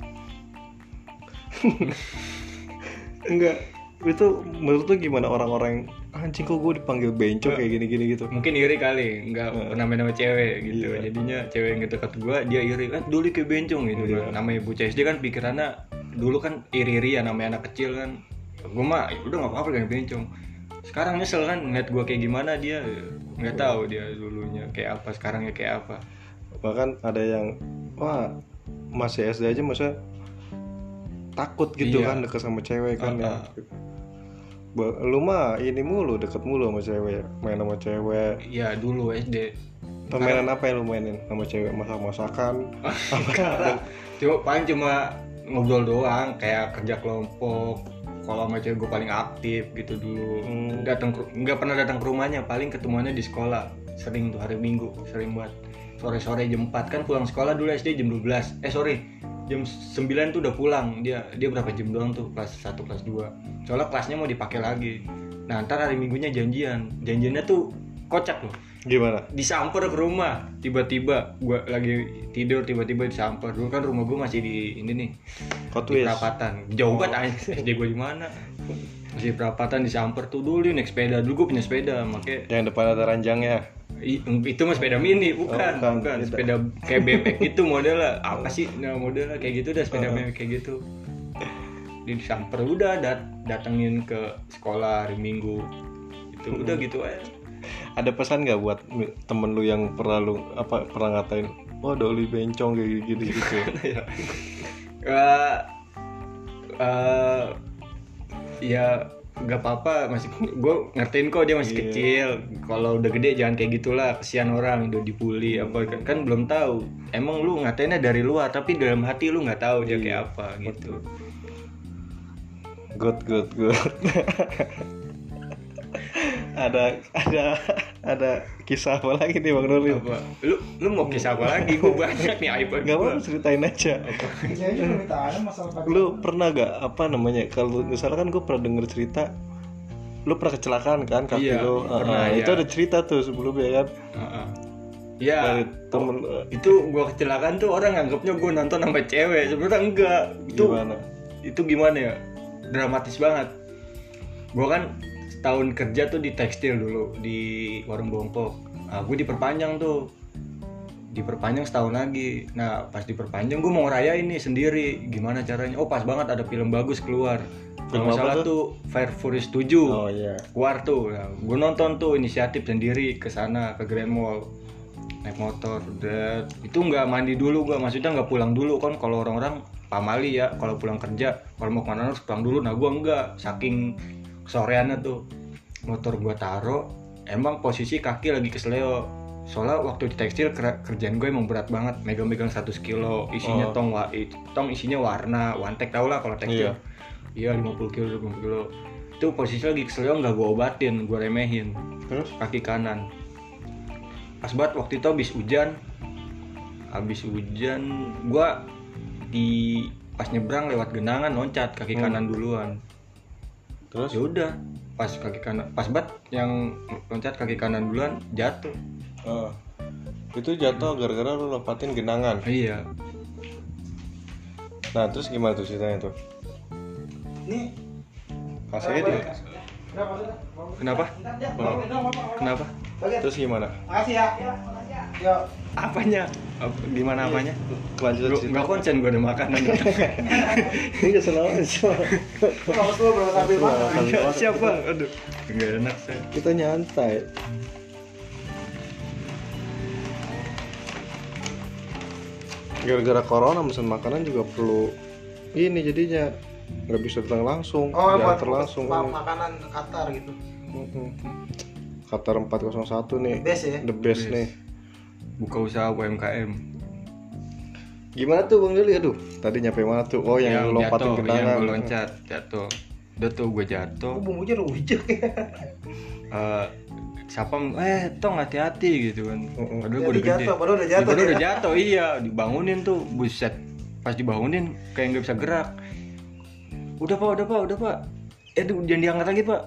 Speaker 1: Enggak. Itu menurut lu gimana orang-orang yang anjing kok gue dipanggil bencong kayak gini-gini gitu?
Speaker 2: mungkin iri kali nggak pernah main sama cewek gitu
Speaker 1: Iya.
Speaker 2: jadinya cewek yang deket gue dia iri kan dulu kayak bencong gitu
Speaker 1: Iya.
Speaker 2: kan namanya bocah SD kan pikirannya dulu kan iri-iri ya namanya anak kecil kan gue mah "Ya udah nggak apa-apa kayak bencong sekarang nyesel kan ngeliat gue kayak gimana dia
Speaker 1: Iya.
Speaker 2: nggak tahu dia dulunya kayak apa sekarangnya kayak apa
Speaker 1: Bahkan ada yang wah masih SD aja maksudnya takut gitu
Speaker 2: Iya.
Speaker 1: kan deket sama cewek kan ya.
Speaker 2: Ah,
Speaker 1: Ba- Lu mah ini mulu deket mulu sama cewek, main sama cewek.
Speaker 2: ya dulu SD
Speaker 1: Permainan
Speaker 2: Nah.
Speaker 1: apa yang lu mainin sama cewek? Masak-masakan.
Speaker 2: Iya. cuma paling cuma ngobrol doang kayak kerja kelompok kalau sama cewek gue paling aktif gitu dulu
Speaker 1: Hmm.
Speaker 2: datang ke- nggak pernah datang ke rumahnya paling ketemuannya di sekolah sering tuh hari minggu sering buat sore sore jam 4 kan pulang sekolah dulu SD jam 12 eh sorry jam 9 tuh udah pulang dia dia berapa jam doang tuh kelas 1 kelas 2 soalnya kelasnya mau dipakai lagi nah ntar hari minggunya janjian janjiannya tuh kocak loh
Speaker 1: Gimana?
Speaker 2: disamper ke rumah tiba-tiba gua lagi tidur tiba-tiba disamper dulu kan rumah gua masih di ini nih
Speaker 1: Kok
Speaker 2: di
Speaker 1: twist?
Speaker 2: perapatan jauh banget anjing SD gua di mana masih di perapatan disamper tuh dulu naik sepeda dulu gua punya sepeda makanya
Speaker 1: Yang depan ada ranjangnya.
Speaker 2: i- itu mah sepeda mini bukan
Speaker 1: bukan.
Speaker 2: bukan, sepeda kayak bebek gitu modelnya apa sih nah modelnya kayak gitu dah sepeda bebek kayak gitu Dia disamper udah dat datengin ke sekolah hari minggu itu udah gitu aja
Speaker 1: ada pesan nggak buat mi- temen lu yang pernah lu apa pernah ngatain oh doli bencong kayak gini gitu
Speaker 2: ya Eh, eh, ya nggak apa-apa masih gue ngertiin kok dia masih
Speaker 1: Iya.
Speaker 2: kecil kalau udah gede jangan kayak gitulah kesian orang udah dibully apa kan, kan belum tahu emang lu ngatainnya dari luar tapi dalam hati lu nggak tahu
Speaker 1: Iya.
Speaker 2: dia kayak apa gitu
Speaker 1: good good good ada ada ada kisah apa lagi nih Bang Nuril?
Speaker 2: Apa? Lu lu mau kisah apa lagi? Gue banyak nih aib
Speaker 1: Gak mau ceritain aja.
Speaker 3: Jadi cerita ada masalah pacaran.
Speaker 1: Lu pernah gak apa namanya? Kalau misalnya kan gue pernah denger cerita lu pernah kecelakaan kan kaki
Speaker 2: Iya,
Speaker 1: lu. Ah,
Speaker 2: pernah,
Speaker 1: ah,
Speaker 2: iya.
Speaker 1: Itu ada cerita tuh sebelumnya kan.
Speaker 2: Heeh. Ya,
Speaker 1: Dari temen eh,
Speaker 2: itu gua kecelakaan tuh orang nganggapnya gua nonton sama cewek. Sebenarnya enggak. Itu
Speaker 1: gimana?
Speaker 2: itu gimana ya? Dramatis banget. Gua kan setahun kerja tuh di tekstil dulu di warung Bongkok. Nah, gue diperpanjang tuh diperpanjang setahun lagi. Nah, pas diperpanjang gue mau ngerayain nih sendiri. Gimana caranya? Oh, pas banget ada film bagus keluar.
Speaker 1: Film
Speaker 2: Kalau nggak
Speaker 1: apa
Speaker 2: salah
Speaker 1: tuh?
Speaker 2: tuh Fire Furious 7
Speaker 1: Oh iya.
Speaker 2: keluar tuh gue nonton tuh inisiatif sendiri ke sana ke Grand Mall naik motor udah itu nggak mandi dulu gua maksudnya nggak pulang dulu kan kalau orang-orang pamali ya kalau pulang kerja kalau mau kemana harus pulang dulu nah gua nggak saking soreannya tuh motor gua taruh emang posisi kaki lagi kesleo soalnya waktu di tekstil kera- kerjaan gue emang berat banget megang-megang 100 kilo
Speaker 1: Oh.
Speaker 2: isinya tong wa eh, tong isinya warna wantek tau lah kalau tekstil iya 50 kilo 20 kilo itu posisi lagi kesleo nggak gue obatin gue remehin
Speaker 1: Terus
Speaker 2: kaki kanan pas banget waktu itu habis hujan habis hujan gua di pas nyebrang lewat genangan loncat kaki
Speaker 1: Hmm.
Speaker 2: kanan duluan
Speaker 1: terus
Speaker 2: ya udah pas kaki kanan pas banget yang loncat kaki kanan duluan jatuh
Speaker 1: Ah. itu jatuh gara-gara lu lompatin genangan.
Speaker 2: iya
Speaker 1: Nah, terus gimana tuh ceritanya tuh?
Speaker 3: Ini
Speaker 1: Kasih
Speaker 3: berapa
Speaker 1: dia.
Speaker 3: ya? Berapa sudah?
Speaker 2: kenapa
Speaker 3: Bentar, ya.
Speaker 1: Berapa?
Speaker 3: Berapa, berapa, berapa?
Speaker 2: kenapa
Speaker 3: Oke,
Speaker 1: Terus gimana?
Speaker 3: makasih ya. Yo.
Speaker 2: apanya Apa-
Speaker 1: Iya.
Speaker 2: gimana apanya
Speaker 1: Kelanjutan
Speaker 2: Gua- nggak konsen gue ada makanan
Speaker 1: Ini kesel banget, Cok.
Speaker 3: Berapa sudah, berapa sambil makan?
Speaker 1: Berapa?
Speaker 2: siapa aduh nggak enak saya
Speaker 1: Kita nyantai. Gara-gara corona pesan makanan juga perlu ini jadinya nggak bisa datang langsung,
Speaker 3: Oh, buat
Speaker 1: diantar langsung.
Speaker 3: ma- makanan Qatar gitu.
Speaker 1: Mm-mm. Qatar 401 nih,
Speaker 3: Best ya.
Speaker 1: the best,
Speaker 2: Best.
Speaker 1: nih.
Speaker 2: buka usaha UMKM
Speaker 1: Gimana tuh Bang Juli? Aduh, tadi nyampe mana tuh? Oh, yang, lompatin
Speaker 2: jatuh,
Speaker 1: genangan.
Speaker 2: yang gua loncat jatuh udah tuh gue jatuh
Speaker 3: Oh, bumbunya rujak
Speaker 2: Eh, siapa ng- eh tong hati-hati gitu kan
Speaker 1: Mm-mm.
Speaker 2: padahal gue
Speaker 3: Jadi
Speaker 2: udah gede
Speaker 3: jatuh, padahal udah
Speaker 2: Ya,
Speaker 3: jatuh.
Speaker 2: padahal
Speaker 3: ya.
Speaker 2: udah jatuh iya dibangunin tuh buset pas dibangunin kayak nggak bisa gerak udah pak udah pak udah pak eh aduh, jangan diangkat lagi pak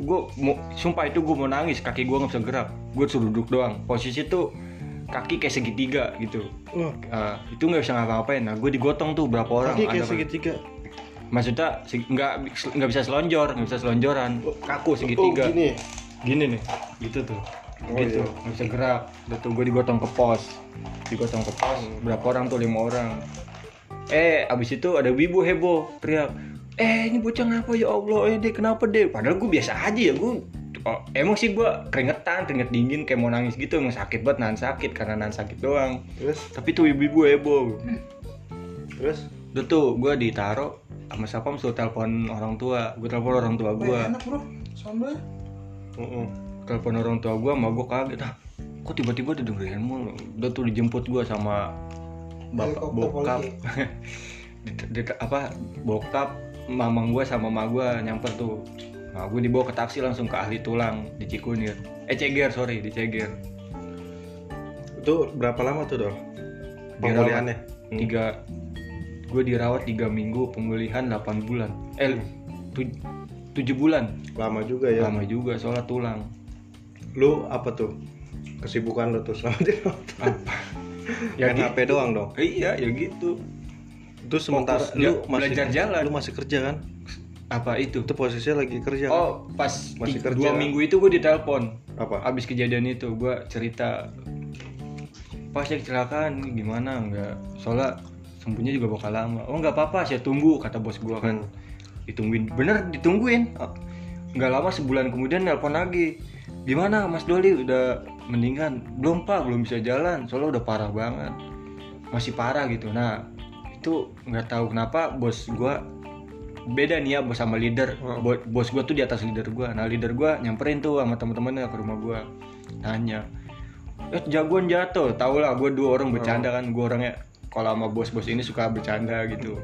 Speaker 2: gue mau sumpah itu gue mau nangis kaki gue nggak bisa gerak gue suruh duduk doang posisi tuh kaki kayak segitiga gitu
Speaker 1: Wah,
Speaker 2: Eh, itu nggak bisa ngapa-ngapain nah gue digotong tuh berapa orang
Speaker 1: Oh. kaki kayak
Speaker 2: ada-
Speaker 1: segitiga.
Speaker 2: maksudnya se- nggak nggak bisa selonjor nggak bisa selonjoran kaku
Speaker 1: Oh,
Speaker 2: segitiga
Speaker 1: gini.
Speaker 2: gini nih gitu tuh
Speaker 1: Oh,
Speaker 2: gitu
Speaker 1: iya.
Speaker 2: nggak bisa gerak udah tuh gue digotong ke pos digotong ke pos
Speaker 1: Hmm.
Speaker 2: berapa orang tuh lima orang eh abis itu ada wibu heboh teriak eh ini bocah kenapa ya allah eh deh kenapa deh padahal gue biasa aja ya gue oh, emang sih gue keringetan keringet dingin kayak mau nangis gitu emang sakit banget nahan sakit karena nahan sakit doang
Speaker 1: Terus,
Speaker 2: tapi tuh wibu heboh
Speaker 1: terus.
Speaker 2: Udah tuh gue ditaro sama siapa suruh telepon orang tua gue telepon orang tua
Speaker 3: Wah,
Speaker 2: gue
Speaker 3: enak, Bro. Sambel.
Speaker 1: Mm-mm.
Speaker 2: telepon orang tua gue sama gue kaget ah kok tiba-tiba didengerin mulu udah tuh dijemput gue sama bapak
Speaker 3: Helikopter
Speaker 2: bokap di, di- apa bokap mamang gue sama mama gue nyamper tuh nah gue dibawa ke taksi langsung ke ahli tulang di Cikunir eh Ceger sorry di Ceger
Speaker 1: Itu berapa lama tuh, Dol? Pemulihannya?
Speaker 2: Pemulihannya? tiga gue dirawat tiga minggu pemulihan 8 bulan eh tu- tujuh bulan
Speaker 1: Lama juga ya.
Speaker 2: lama juga soalnya tulang
Speaker 1: Lu apa tuh? Kesibukan lu tuh selama di rumah.
Speaker 2: apa
Speaker 1: Main
Speaker 2: gi-
Speaker 1: HP doang dong.
Speaker 2: iya ya gitu
Speaker 1: Itu sementara
Speaker 2: Fokus
Speaker 1: lu
Speaker 2: ja-
Speaker 1: masih
Speaker 2: belajar jalan.
Speaker 1: Lu masih kerja kan?
Speaker 2: apa itu
Speaker 1: Itu posisinya lagi kerja. kan?
Speaker 2: oh pas
Speaker 1: Masih
Speaker 2: ti-
Speaker 1: kerja.
Speaker 2: dua minggu itu gue ditelepon
Speaker 1: Apa?
Speaker 2: abis kejadian itu gue cerita pas ya kecelakaan gimana nggak soalnya sembuhnya juga bakal lama oh nggak apa-apa saya tunggu kata bos gue kan
Speaker 1: Hmm.
Speaker 2: ditungguin bener ditungguin nggak lama sebulan kemudian nelpon lagi gimana Mas Doli udah mendingan belum pak belum bisa jalan soalnya udah parah banget masih parah gitu nah itu nggak tahu kenapa bos gua beda nih ya bos sama leader
Speaker 1: Hmm.
Speaker 2: Bo- bos gua tuh di atas leader gua nah leader gua nyamperin tuh sama teman-temannya ke rumah gua nanya eh jagoan jatuh tau lah gua dua orang bercanda kan gua orangnya kalau sama bos-bos ini suka bercanda gitu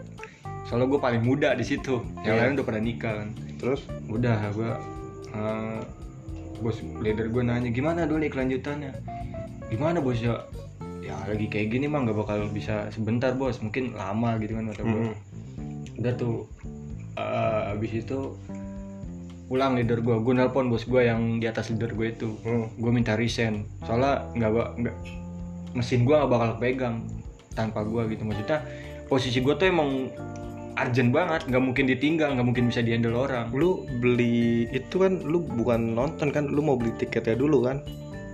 Speaker 2: soalnya gua paling muda di situ yang
Speaker 1: Iya.
Speaker 2: lain udah pada nikah kan
Speaker 1: Terus
Speaker 2: udah gue bos leader gue nanya gimana Doni kelanjutannya gimana bos ya ya lagi kayak gini mah nggak bakal bisa sebentar bos mungkin lama gitu kan kata gue
Speaker 1: Mm.
Speaker 2: udah tuh eh, abis itu pulang leader gue gue nelpon bos gue yang di atas leader gue itu
Speaker 1: Hmm.
Speaker 2: gue minta resign soalnya nggak ba- nggak mesin gue nggak bakal pegang tanpa gue gitu maksudnya posisi gue tuh emang urgent banget nggak mungkin ditinggal nggak mungkin bisa dihandle orang
Speaker 1: lu beli itu kan lu bukan nonton kan lu mau beli tiketnya dulu kan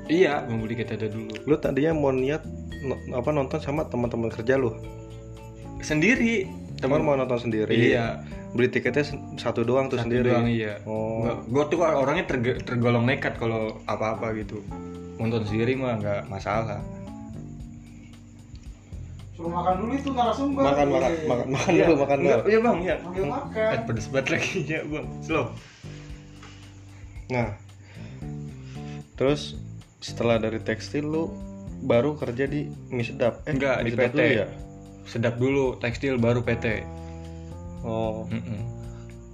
Speaker 2: iya gue beli kita ada dulu
Speaker 1: lu tadinya mau niat no- apa nonton sama teman-teman kerja lu
Speaker 2: sendiri
Speaker 1: teman mau
Speaker 2: teman
Speaker 1: nonton sendiri
Speaker 2: iya
Speaker 1: beli tiketnya sen- satu doang tuh
Speaker 2: satu
Speaker 1: sendiri
Speaker 2: doang, iya
Speaker 1: oh
Speaker 2: gue tuh orangnya terge- tergolong nekat kalau apa-apa gitu nonton sendiri mah nggak masalah
Speaker 3: Suruh makan dulu itu narasumber.
Speaker 1: makan makan
Speaker 3: Iya.
Speaker 1: makan makan
Speaker 2: Iya,
Speaker 1: dulu makan
Speaker 2: iya,
Speaker 1: dulu
Speaker 2: Iya bang, iya.
Speaker 3: Panggil makan.
Speaker 2: Eh, pedes banget lagi ya bang. Slow.
Speaker 1: nah terus setelah dari tekstil lu baru kerja di mie sedap eh
Speaker 2: Enggak,
Speaker 1: Mie
Speaker 2: di
Speaker 1: Sedap
Speaker 2: PT.
Speaker 1: dulu ya
Speaker 2: Sedap dulu tekstil baru PT.
Speaker 1: oh
Speaker 2: Mm-mm.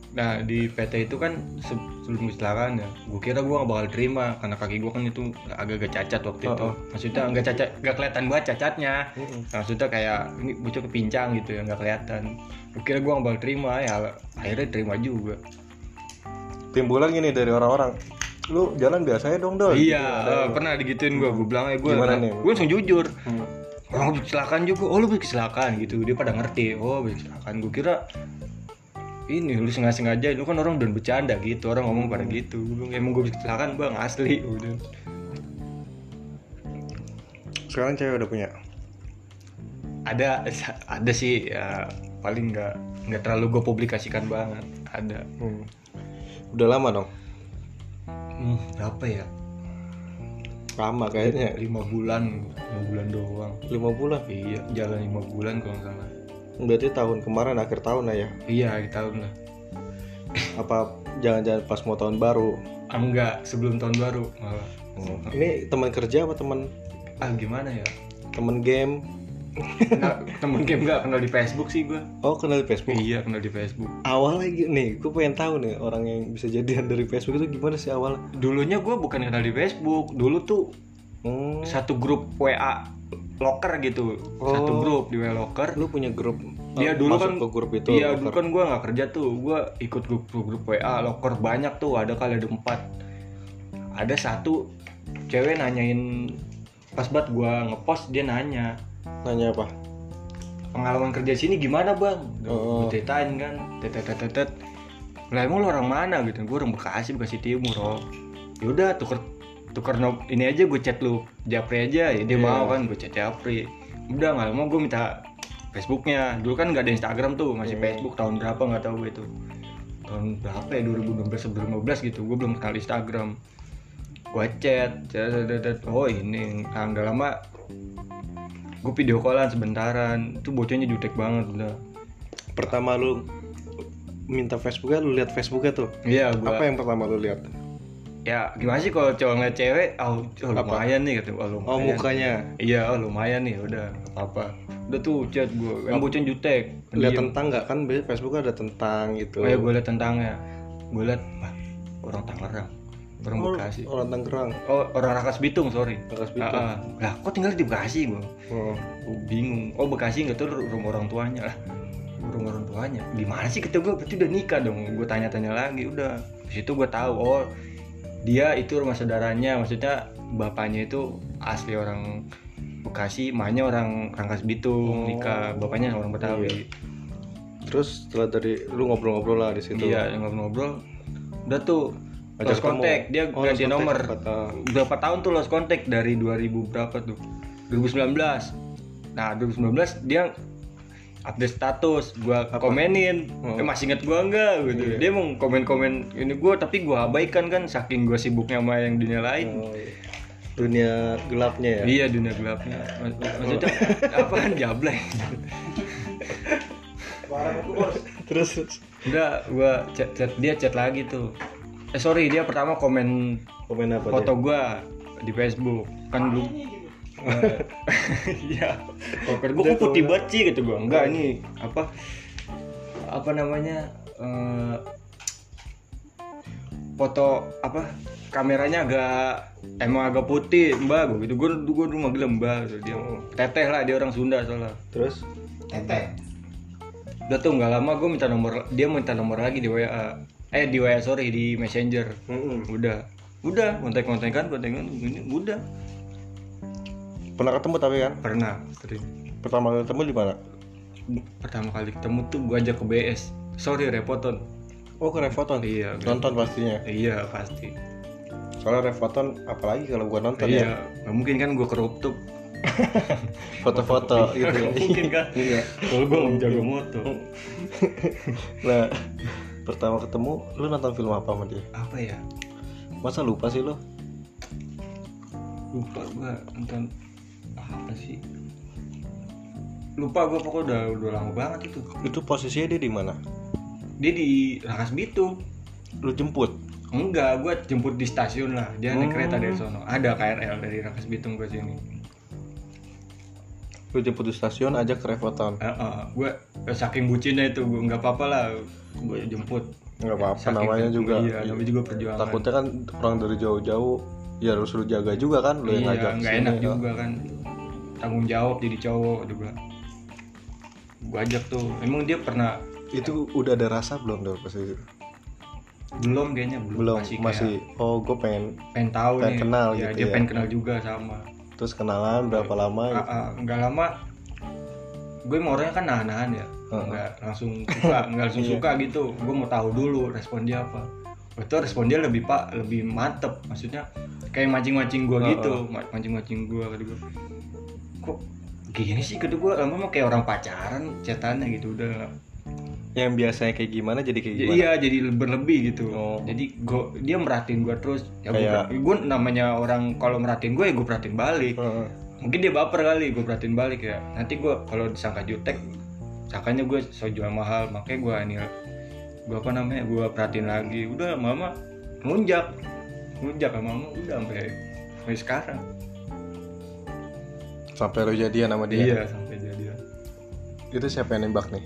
Speaker 2: Nah di PT itu kan se- sebelum kecelakaan ya, gue kira gue gak bakal terima karena kaki gue kan itu agak-agak cacat waktu itu.
Speaker 1: Oh, oh.
Speaker 2: Maksudnya nggak cacat, nggak kelihatan banget cacatnya.
Speaker 1: Mm-mm.
Speaker 2: Nah, maksudnya kayak ini bocah kepincang gitu ya nggak kelihatan. Gue kira gue gak bakal terima ya akhirnya terima juga.
Speaker 1: timbulan gini dari orang-orang lu jalan biasanya dong dong
Speaker 2: iya, eh, pernah digituin gue, gue bilang ya gue,
Speaker 1: Oh, gitu. Gimana nih?
Speaker 2: gue langsung jujur. orang habis kecelakaan juga oh lu habis kecelakaan gitu dia pada ngerti oh habis kecelakaan gue kira ini lu sengaja sengaja lu kan orang dan bercanda gitu orang ngomong pada gitu gue bilang emang gue habis kecelakaan bang asli udah
Speaker 1: sekarang cewek udah punya
Speaker 2: ada ada sih ya, paling nggak nggak terlalu gue publikasikan banget ada
Speaker 1: Hmm. udah lama dong
Speaker 2: hmm, berapa ya
Speaker 1: lama kayaknya
Speaker 2: lima bulan lima bulan doang
Speaker 1: lima bulan
Speaker 2: iya jalan lima bulan kalau nggak salah
Speaker 1: berarti tahun kemarin akhir tahun lah ya
Speaker 2: iya di tahun lah
Speaker 1: apa jangan-jangan pas mau tahun baru Hmm.
Speaker 2: ah, enggak sebelum tahun baru malah
Speaker 1: ini teman kerja apa teman
Speaker 2: ah gimana ya
Speaker 1: teman game
Speaker 2: Nah, temen game gak kenal di Facebook sih gue
Speaker 1: oh kenal di Facebook
Speaker 2: Iya kenal di Facebook.
Speaker 1: awal lagi nih gue pengen tahu nih orang yang bisa jadian dari Facebook itu gimana sih awal
Speaker 2: Dulunya gue bukan kenal di Facebook. Dulu tuh
Speaker 1: hmm,
Speaker 2: satu grup WA locker gitu. Satu
Speaker 1: Oh.
Speaker 2: grup di WA locker.
Speaker 1: lu punya grup eh,
Speaker 2: Dia dulu
Speaker 1: masuk
Speaker 2: kan-
Speaker 1: ke grup itu
Speaker 2: Iya
Speaker 1: Locker.
Speaker 2: dulu kan gue nggak kerja tuh. Gue ikut grup grup WA locker banyak tuh. Ada kali ada empat. Ada satu cewek nanyain pas banget gue ngepost dia nanya
Speaker 1: nanya apa
Speaker 2: pengalaman kerja sini gimana bang?
Speaker 1: Oh.
Speaker 2: Gue ceritain kan, tetet tetet tetet. Lah emang lu orang mana gitu? Gue orang Bekasi, Bekasi Timur, oh. Yaudah tuker tuker nom- ini aja gue chat lu Japri aja ya
Speaker 1: Iya.
Speaker 2: dia mau kan gue chat Japri udah nggak mau gue minta Facebooknya dulu kan nggak ada Instagram tuh masih
Speaker 1: Iya.
Speaker 2: Facebook tahun berapa nggak tahu gue itu tahun berapa ya 2016 2015 gitu gue belum kenal Instagram gue chat, chat, chat, chat. oh ini nah, nggak lama gue video callan sebentaran itu bocahnya jutek banget udah
Speaker 1: pertama lu minta Facebooknya lu lihat Facebooknya tuh
Speaker 2: iya
Speaker 1: apa
Speaker 2: gue
Speaker 1: yang pertama lu lihat
Speaker 2: ya gimana sih kalau cowok ngeliat cewek oh, oh
Speaker 1: Apa?
Speaker 2: lumayan nih gitu oh lumayan
Speaker 1: oh mukanya
Speaker 2: iya oh, lumayan nih udah apa apa udah tuh chat gue yang bocah jutek
Speaker 1: lihat
Speaker 2: Diem.
Speaker 1: tentang nggak kan biasanya Facebook ada tentang gitu
Speaker 2: oh ya gue liat tentangnya gue liat wah, orang Tangerang orang
Speaker 1: Oh,
Speaker 2: Bekasi
Speaker 1: orang Tangerang
Speaker 2: oh orang Rakas Bitung sorry
Speaker 1: Rakas Bitung.
Speaker 2: Ah, ah. lah kok tinggal di Bekasi gue
Speaker 1: Oh.
Speaker 2: Gua bingung oh Bekasi nggak tuh rumah orang tuanya lah rumah orang tuanya gimana sih kata gue berarti udah nikah dong gue tanya-tanya lagi udah di situ gue tahu oh dia itu rumah saudaranya maksudnya bapaknya itu asli orang Bekasi, emaknya orang Rangkas Bitung,
Speaker 1: Oh. Iya.
Speaker 2: nikah, bapaknya orang Betawi.
Speaker 1: terus setelah dari lu ngobrol-ngobrol lah di situ
Speaker 2: Iya, ngobrol-ngobrol. Udah tuh
Speaker 1: Gitu. Ajak
Speaker 2: lost
Speaker 1: ketemu.
Speaker 2: contact, dia
Speaker 1: Oh,
Speaker 2: ganti
Speaker 1: lost contact,
Speaker 2: nomor.
Speaker 1: kata.
Speaker 2: Berapa tahun tuh lost contact dari 2000 berapa tuh? 2019. Nah, 2019 dia update status, gua komenin.
Speaker 1: Oh.
Speaker 2: Eh, masih inget gua enggak gitu.
Speaker 1: Iya.
Speaker 2: Dia mau komen-komen ini gua tapi gua abaikan kan saking gua sibuknya sama yang dunia lain.
Speaker 1: Oh, dunia gelapnya ya
Speaker 2: Iya dunia gelapnya. Mak- Maksudnya apaan jablay.
Speaker 3: Barang itu bos.
Speaker 1: terus terus
Speaker 2: Udah gua chat, chat dia chat lagi tuh. Eh sorry dia pertama komen
Speaker 1: komen apa
Speaker 2: foto gua di Facebook kan dulu
Speaker 3: Ini gitu.
Speaker 2: eh, iya poker
Speaker 1: Udah
Speaker 2: gua kok putih
Speaker 1: tuh.
Speaker 2: banget sih gitu gua enggak ini apa apa namanya eh, foto apa kameranya agak emang agak putih mbak gue gitu gue gue dulu mah gelem mbak gitu. dia teteh lah dia orang Sunda soalnya
Speaker 1: terus
Speaker 3: Tete.
Speaker 2: udah tuh nggak lama gue minta nomor dia minta nomor lagi di WA eh di WA sorry di Messenger udah udah kontak kontekan kontekan gini udah
Speaker 1: pernah ketemu tapi kan
Speaker 2: pernah sering
Speaker 1: pertama kali ketemu di mana
Speaker 2: pertama kali ketemu tuh gue ajak ke BS sorry repoton
Speaker 1: oh ke Revoton
Speaker 2: Iya, kan.
Speaker 1: nonton pastinya
Speaker 2: iya pasti
Speaker 1: soalnya Revoton apalagi kalau bukan nonton ya
Speaker 2: iya nggak mungkin kan gue kerutup
Speaker 1: foto-foto gitu
Speaker 2: Nggak mungkin kan
Speaker 1: iya
Speaker 2: kalau gue nggak jago motor
Speaker 1: nah pertama ketemu lu nonton film apa sama dia
Speaker 2: apa ya
Speaker 1: masa lupa sih lu
Speaker 2: lupa gue nonton apa sih lupa gue pokoknya udah udah lama banget itu
Speaker 1: itu posisinya dia di mana
Speaker 2: dia di Rangkas Bitung
Speaker 1: lu jemput
Speaker 2: Enggak, gue jemput di stasiun lah. Dia
Speaker 1: Hmm.
Speaker 2: naik kereta dari sono. Ada KRL dari Rangkas Bitung ke sini.
Speaker 1: lu jemput di stasiun ajak ke Revoton
Speaker 2: gue saking bucinnya itu gue nggak apa-apa lah. Gue jemput.
Speaker 1: nggak apa-apa
Speaker 2: Saking-
Speaker 1: namanya juga
Speaker 2: Iya, namanya juga perjuangan.
Speaker 1: takutnya kan orang dari jauh-jauh ya harus lu jaga juga kan lu yang
Speaker 2: iya,
Speaker 1: ngajak
Speaker 2: nggak
Speaker 1: sini,
Speaker 2: enak
Speaker 1: ya.
Speaker 2: juga kan. Tanggung jawab jadi cowok juga. Gue ajak tuh. Emang dia pernah
Speaker 1: itu udah ada rasa belum dari pas itu
Speaker 2: belum kayaknya belum,
Speaker 1: belum
Speaker 2: masih,
Speaker 1: masih,
Speaker 2: kayak
Speaker 1: oh gue pengen
Speaker 2: pengen tahu
Speaker 1: pengen
Speaker 2: nih.
Speaker 1: kenal
Speaker 2: Iya,
Speaker 1: gitu
Speaker 2: dia
Speaker 1: ya.
Speaker 2: pengen kenal juga sama.
Speaker 1: terus kenalan berapa lama
Speaker 2: Ah,
Speaker 1: gitu.
Speaker 2: ah, nggak lama gue emang orangnya kan nahan-nahan ya
Speaker 1: Heeh.
Speaker 2: nggak langsung suka nggak langsung
Speaker 1: Ah, Iya.
Speaker 2: suka gitu gue mau tahu dulu respon dia apa Waktu itu respon dia lebih pak lebih mantep maksudnya kayak mancing-mancing gue
Speaker 1: Heeh.
Speaker 2: gitu ma- mancing-mancing gue kata gue kok gini sih kata gue lama mah kayak orang pacaran catatannya gitu udah
Speaker 1: yang biasanya kayak gimana jadi kayak
Speaker 2: Ya,
Speaker 1: gimana
Speaker 2: iya jadi berlebih gitu
Speaker 1: Oh.
Speaker 2: jadi gua dia merhatiin gue terus ya
Speaker 1: Kayak-
Speaker 2: gue namanya orang kalau merhatiin gue ya gue perhatiin balik
Speaker 1: Heeh.
Speaker 2: mungkin dia baper kali gue perhatiin balik ya nanti gue kalau disangka jutek sangkanya gue so jual mahal makanya gue ini gue apa namanya gue perhatiin lagi udah mama nunjak nunjak sama mama udah sampai sampai sekarang
Speaker 1: sampai lu jadian sama dia
Speaker 2: iya sampai jadian
Speaker 1: itu siapa yang nembak nih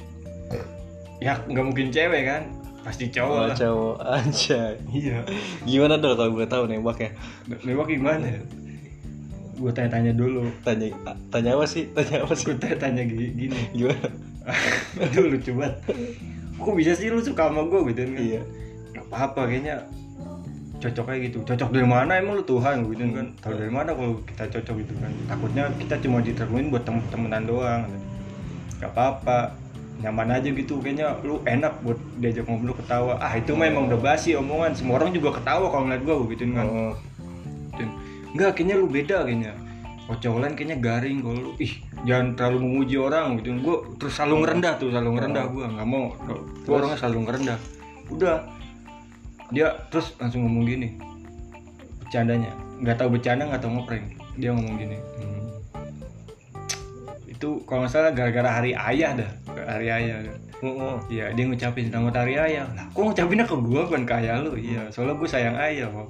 Speaker 2: ya nggak mungkin cewek kan pasti cowok
Speaker 1: Oh,
Speaker 2: lah
Speaker 1: cowok anjay
Speaker 2: iya
Speaker 1: gimana dong kalau gue tahu ya? nembaknya
Speaker 2: nembak gimana ya gue tanya-tanya dulu
Speaker 1: tanya tanya apa sih tanya apa sih
Speaker 2: gue tanya gini
Speaker 1: gimana
Speaker 2: aduh lucu banget kok bisa sih lu suka sama gue gitu kan
Speaker 1: iya
Speaker 2: nggak apa-apa kayaknya cocok kayak gitu cocok dari mana emang lu Tuhan gitu kan
Speaker 1: Hmm.
Speaker 2: tahu dari mana kalau kita cocok gitu kan takutnya kita cuma ditermin buat tem- temenan doang nggak apa-apa nyaman aja gitu kayaknya lu enak buat diajak ngobrol ketawa ah itu mah emang udah basi omongan semua orang juga ketawa kalau ngeliat gua gitu kan
Speaker 1: Oh,
Speaker 2: dan enggak kayaknya lu beda kayaknya kocolan kayaknya garing kalau lu ih jangan terlalu memuji orang gitu gue terus selalu ngerendah tuh selalu ngerendah gue nggak mau gue orangnya selalu ngerendah udah dia terus langsung ngomong gini bercandanya nggak tahu bercanda nggak tahu ngeprank dia ngomong gini "Hmm, itu kalau nggak salah gara-gara hari ayah dah hari ayah kan.
Speaker 1: heeh.
Speaker 2: Iya, dia ngucapin selamat hari ayah. Lah, kok ngucapinnya ke gua bukan ke ayah lu? Iya, soalnya gua sayang ayah, Bang.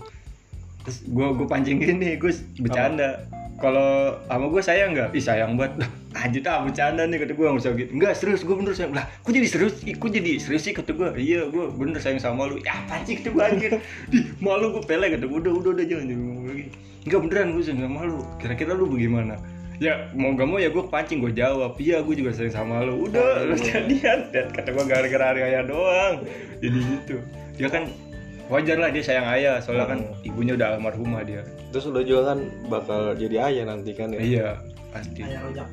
Speaker 2: Terus gua gua pancing gini, gua s- bercanda. Kalau sama gua sayang nggak? Ih, sayang banget. Lah, Anjir ah bercanda nih kata gua nggak usah gitu. Enggak, serius gua bener sayang. Lah, kok jadi serius? Ih, kok jadi serius sih kata gua. Iya, gua bener sayang sama lu. Ya, apa sih kata gua anjir. Di, malu gua pele kata gua. Udah, udah, udah jangan jangan ngomong lagi. Enggak beneran gua sayang sama lu. Kira-kira lu bagaimana? Ya mau gak mau ya gue pancing gue jawab Iya gue juga sayang sama lu Udah lu jadian Dan kata gue gara-gara hari ayah doang Jadi gitu Dia kan wajar lah dia sayang ayah Soalnya kan
Speaker 3: Hmm.
Speaker 2: ibunya udah almarhumah dia
Speaker 1: Terus lu juga kan bakal jadi ayah nanti kan ya.
Speaker 2: Iya pasti
Speaker 3: Kayak rojak.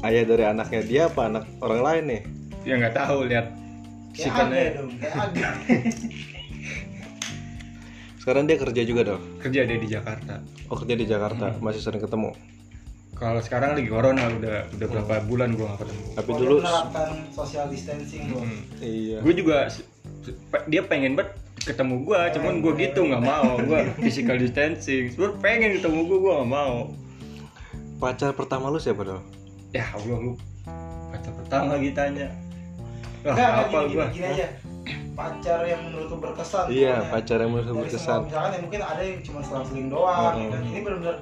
Speaker 1: Ayah dari anaknya dia apa anak orang lain nih?
Speaker 2: Ya nggak tahu lihat
Speaker 3: Kayak Ya, ada
Speaker 2: sifatnya
Speaker 3: dong. Kayak ada.
Speaker 1: Sekarang dia kerja juga dong.
Speaker 2: kerja dia di Jakarta
Speaker 1: Oh kerja di Jakarta,
Speaker 2: Hmm.
Speaker 1: masih sering ketemu.
Speaker 2: Kalau sekarang lagi corona udah udah berapa
Speaker 3: Hmm.
Speaker 2: bulan gue gak ketemu
Speaker 1: Tapi
Speaker 3: Pokoknya
Speaker 1: dulu
Speaker 3: menerapkan social distancing loh.
Speaker 1: iya.
Speaker 2: Gue juga se- se- pe- dia pengen banget ketemu gue cuman gue gitu nggak mau gue physical distancing sebenernya pengen ketemu gue gue nggak mau
Speaker 1: Pacar pertama lu siapa dong?
Speaker 2: ya Allah lu kata pertama lagi tanya Wah,
Speaker 3: Enggak,
Speaker 2: apa
Speaker 3: gini,
Speaker 2: gua
Speaker 3: gini, gini aja. Pacar yang menurut lu berkesan.
Speaker 1: Iya,
Speaker 3: pokoknya.
Speaker 1: pacar yang
Speaker 3: Dari
Speaker 1: menurut lu
Speaker 3: semua,
Speaker 1: berkesan. Oh.
Speaker 3: Misalkan ya mungkin ada yang cuma selang-seling doang.
Speaker 1: Mm-mm.
Speaker 3: Dan ini benar-benar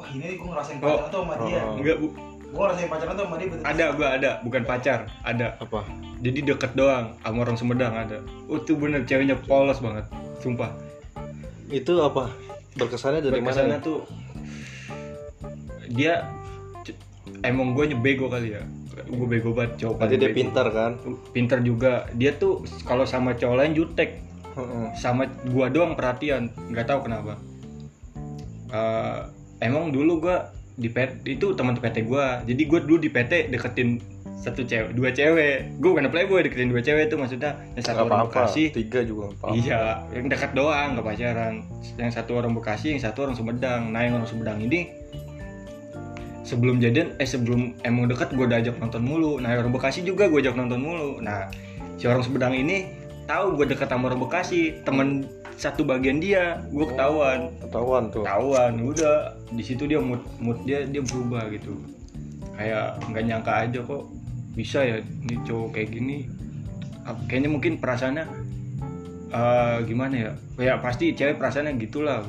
Speaker 3: wah ini gue ngerasain
Speaker 2: Oh.
Speaker 3: pacar tuh sama dia.
Speaker 1: Oh.
Speaker 2: enggak bu
Speaker 3: gue ngerasain pacaran tuh sama dia betul
Speaker 2: ada gua ada bukan pacar ada
Speaker 1: apa
Speaker 2: jadi deket doang sama orang Sumedang ada oh tuh bener ceweknya polos banget sumpah
Speaker 1: itu apa berkesannya dari mana
Speaker 2: Berkesannya tuh dia c- emang gue bego kali ya gue bego banget cowok
Speaker 1: berarti
Speaker 2: paling
Speaker 1: dia
Speaker 2: bego.
Speaker 1: pintar kan
Speaker 2: pinter juga dia tuh kalau sama cowok lain jutek
Speaker 1: Heeh.
Speaker 2: sama gua doang perhatian nggak tahu kenapa Eh, emang dulu gua di PT itu teman PT gua jadi gua dulu di PT deketin satu cewek dua cewek gua bukan playboy deketin dua cewek itu maksudnya yang
Speaker 1: nggak
Speaker 2: satu orang
Speaker 1: apa-apa
Speaker 2: Bekasi
Speaker 1: tiga juga nggak apa-apa
Speaker 2: iya yang dekat doang nggak pacaran yang satu orang Bekasi yang satu orang Sumedang nah yang orang Sumedang ini sebelum jadian eh sebelum emang deket gue udah ajak nonton mulu nah orang Bekasi juga gue ajak nonton mulu nah si orang Sumedang ini tahu gue deket sama orang Bekasi temen satu bagian dia gue ketahuan
Speaker 1: ketahuan tuh
Speaker 2: ketahuan udah di situ dia mood mood dia dia berubah gitu kayak nggak nyangka aja kok bisa ya ini cowok kayak gini Ap- kayaknya mungkin perasaannya eh, gimana ya kayak pasti cewek perasaannya gitulah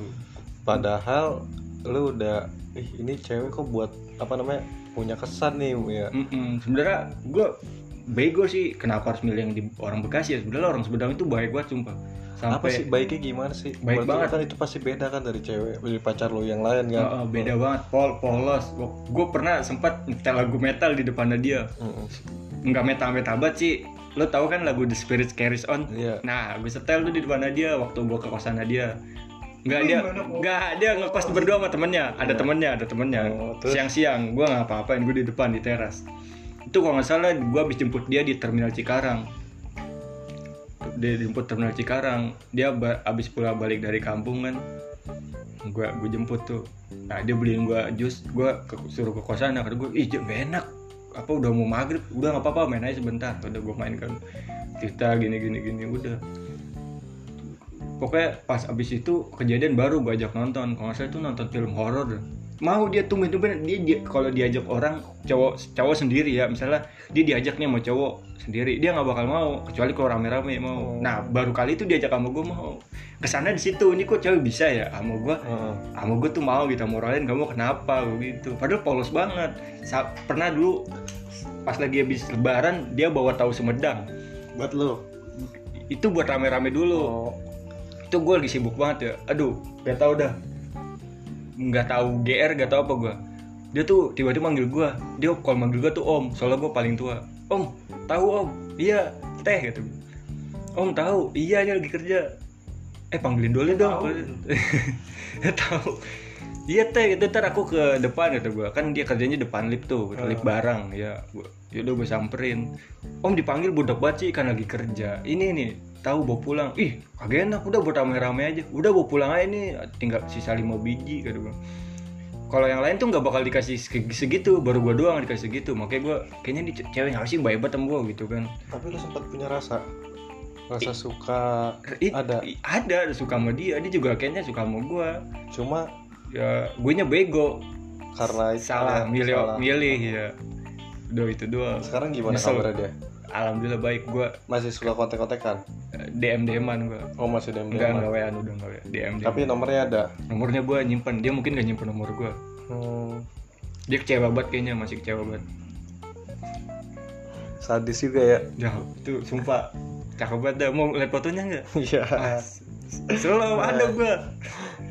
Speaker 1: padahal lu udah ih ini cewek kok buat apa namanya punya kesan nih ya
Speaker 2: Mm-mm. sebenarnya gue bego sih kenapa harus milih yang di orang Bekasi ya sebenarnya orang Sumedang itu baik banget sumpah sampai
Speaker 1: apa sih baiknya gimana sih
Speaker 2: Baik banget.
Speaker 1: kan itu pasti beda kan dari cewek dari pacar lu yang lain kan
Speaker 2: Heeh, beda banget pol polos gue pernah sempat nyetel lagu metal di depannya dia
Speaker 1: Mm-mm.
Speaker 2: nggak meta-meta banget sih lo tau kan lagu The Spirit Carries On
Speaker 1: iya
Speaker 2: nah gue setel tuh di depan dia waktu gue ke kosannya dia nggak
Speaker 3: Wih,
Speaker 2: dia
Speaker 3: mana kok.
Speaker 2: nggak dia ngekos berdua sama temennya ada temennya ada temennya
Speaker 1: Iya. Oh, terus?
Speaker 2: siang-siang gue nggak apa-apain gue di depan di teras itu kalau nggak salah gue habis jemput dia di terminal Cikarang dia jemput terminal Cikarang dia ba- habis pulang balik dari kampung kan gue gue jemput tuh nah dia beliin gue jus gue ke- suruh ke kosan kata gue ih Jeng, nggak enak apa udah mau maghrib udah nggak apa-apa main aja sebentar udah gue main kan cerita gini gini gini udah pokoknya pas abis itu kejadian baru gue ajak nonton kalau nggak salah itu nonton film horor mau dia tuh tumben dia, dia kalau diajak orang cowok cowok sendiri ya misalnya dia diajak nih sama cowok sendiri dia nggak bakal mau kecuali kalau rame-rame mau
Speaker 1: Oh.
Speaker 2: nah baru kali itu diajak sama gue mau kesannya di situ ini kok cewek bisa ya sama gue
Speaker 1: Heeh.
Speaker 2: sama gue tuh mau gitu sama orang lain kamu kenapa Gua gitu padahal polos banget Sa- pernah dulu pas lagi habis lebaran dia bawa tahu Sumedang
Speaker 1: buat lu
Speaker 2: itu buat rame-rame dulu
Speaker 1: oh,
Speaker 2: itu gue lagi sibuk banget ya aduh gak tau dah nggak tahu gr gak tau apa gue dia tuh tiba-tiba manggil gue dia kalau manggil gue tuh om soalnya gue paling tua om tahu om iya teh gitu om tahu iya dia lagi kerja eh panggilin dulu dong
Speaker 3: Tahu.
Speaker 2: Dia tahu iya teh gitu ntar aku ke depan gitu gue kan dia kerjanya depan lip tuh lip barang ya gua, yaudah gue samperin om dipanggil budak banget sih kan lagi kerja ini nih tahu bawa pulang ih kagak enak udah buat rame-rame aja udah bawa pulang aja nih tinggal sisa lima biji kata gue kalau yang lain tuh nggak bakal dikasih segi- segitu baru gue doang yang dikasih segitu makanya gue kayaknya di cewek apa sih baik banget sama gue gitu kan
Speaker 1: tapi lu sempat punya rasa rasa suka
Speaker 2: Ih,
Speaker 1: Ada.
Speaker 2: ih, ada ada suka sama dia dia juga kayaknya suka sama gue
Speaker 1: cuma
Speaker 2: ya gue nya bego
Speaker 1: karena itu-
Speaker 2: salah milih
Speaker 1: salah.
Speaker 2: milih ya udah itu doang
Speaker 1: sekarang gimana
Speaker 2: Nyesel.
Speaker 1: kabarnya dia
Speaker 2: alhamdulillah baik gue
Speaker 1: masih suka kontek-kontekan
Speaker 2: dm dman gue
Speaker 1: oh masih dm
Speaker 2: enggak enggak wa udah enggak wa dm
Speaker 1: tapi nomornya ada
Speaker 2: nomornya gue nyimpen dia mungkin gak nyimpen nomor gue
Speaker 1: hmm,
Speaker 2: dia kecewa banget kayaknya masih kecewa banget
Speaker 1: sadis juga ya
Speaker 2: ya itu sumpah Ah. cakep banget dah mau lihat fotonya nggak
Speaker 1: iya
Speaker 2: selalu ada gue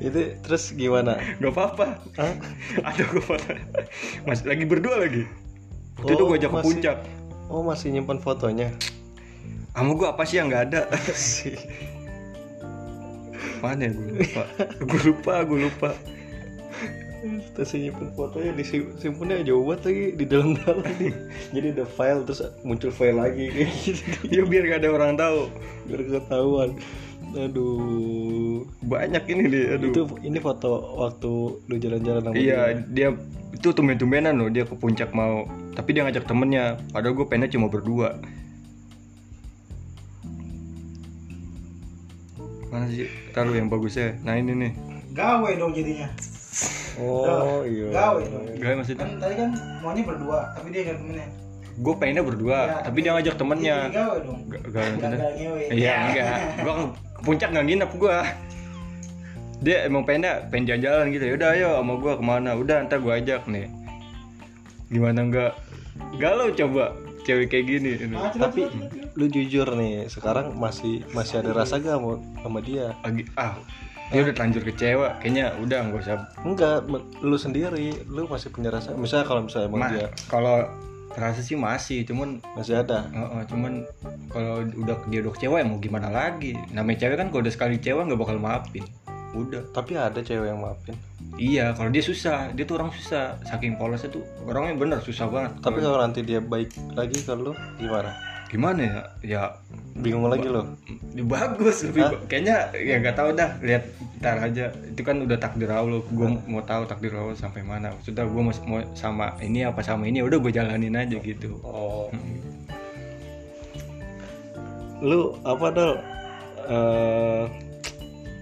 Speaker 1: itu terus gimana
Speaker 2: nggak apa-apa
Speaker 1: Hah?
Speaker 2: ada gue foto masih lagi berdua lagi waktu itu
Speaker 1: Oh,
Speaker 2: gue ajak ke
Speaker 1: masih-
Speaker 2: puncak
Speaker 1: oh masih nyimpan fotonya
Speaker 2: sama gue apa sih yang nggak ada mana ya gue lupa gue lupa gue lupa
Speaker 1: terus nyimpen fotonya disimpannya jauh banget lagi di dalam-dalam nih. jadi ada file terus muncul file lagi kayak gitu
Speaker 2: ya biar gak ada orang tahu
Speaker 1: biar ketahuan aduh
Speaker 2: banyak ini dia aduh
Speaker 1: itu ini foto waktu lu jalan-jalan sama dia. ya?
Speaker 2: iya dia itu tumben-tumbenan loh dia ke puncak mau tapi dia ngajak temennya padahal gue pengennya cuma berdua mana sih taruh yang bagusnya nah ini nih
Speaker 3: gawe dong jadinya
Speaker 1: oh iya
Speaker 3: gawe dong
Speaker 2: gak maksudnya
Speaker 3: kan tadi kan maunya berdua tapi dia gak temennya
Speaker 2: gue pengennya berdua
Speaker 3: Ya,
Speaker 2: tapi dia ngajak temennya
Speaker 3: Jadi gawe dong
Speaker 2: gak, gak
Speaker 3: gak
Speaker 2: maksudnya
Speaker 3: gak ngewe
Speaker 2: iya enggak gue ke puncak gak nginep gue dia emang pengennya pengen jalan-jalan gitu ya udah ayo sama gue kemana udah ntar gue ajak nih gimana nggak galau coba cewek kayak gini
Speaker 3: Ah, coba,
Speaker 1: tapi
Speaker 3: coba, coba.
Speaker 1: lu jujur nih sekarang masih masih ada rasa gak sama, sama dia
Speaker 2: Lagi, ah dia udah terlanjur kecewa kayaknya udah nggak usah
Speaker 1: enggak men- lu sendiri lu masih punya rasa misalnya kalau misalnya emang
Speaker 2: Ma-
Speaker 1: dia
Speaker 2: kalau terasa sih masih cuman
Speaker 1: masih ada
Speaker 2: eh, eh, cuman kalau udah dia udah kecewa ya mau gimana lagi namanya cewek kan kalau udah sekali kecewa nggak bakal maafin udah
Speaker 1: tapi ada cewek yang maafin
Speaker 2: iya kalau dia susah dia tuh orang susah saking polosnya tuh orangnya bener susah banget
Speaker 1: tapi
Speaker 2: Kalau-
Speaker 1: kalau nanti dia baik lagi ke lu gimana
Speaker 2: gimana ya ya
Speaker 1: bingung lagi lo
Speaker 2: ya bagus lebih
Speaker 1: Hah?
Speaker 2: ba- kayaknya ya nggak tahu dah lihat ntar aja itu kan udah takdir Allah gue mau tahu takdir Allah sampai mana sudah gue mau, mau sama ini apa sama ini ya udah gue jalanin aja gitu
Speaker 1: oh lu apa dol Eh,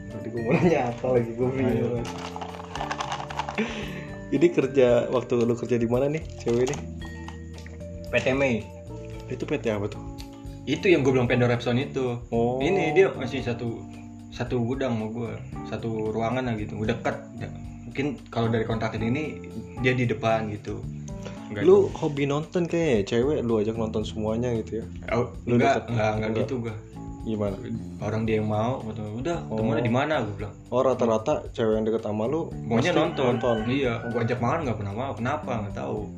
Speaker 1: tadi gue mau nanya apa lagi gue bingung ini kerja waktu lu kerja di mana nih cewek nih
Speaker 2: PTMI
Speaker 1: itu PT apa tuh
Speaker 2: itu yang gue bilang Pendo Repson itu
Speaker 1: Oh.
Speaker 2: ini dia masih satu satu gudang sama gue satu ruangan lah gitu udah dekat Ya, mungkin kalau dari kontrakan ini dia di depan gitu Nggak-
Speaker 1: lu hobi nonton kayaknya ya, cewek lu ajak nonton semuanya gitu ya
Speaker 2: Oh,
Speaker 1: lu deket.
Speaker 2: enggak, enggak, enggak
Speaker 1: Enggak.
Speaker 2: gitu gue
Speaker 1: gimana
Speaker 2: orang dia yang mau gua tanya, udah ketemuannya di mana gue bilang
Speaker 1: oh rata-rata cewek yang deket sama lu
Speaker 2: maunya
Speaker 1: pasti
Speaker 2: nonton. iya gue ajak makan nggak pernah mau kenapa nggak tahu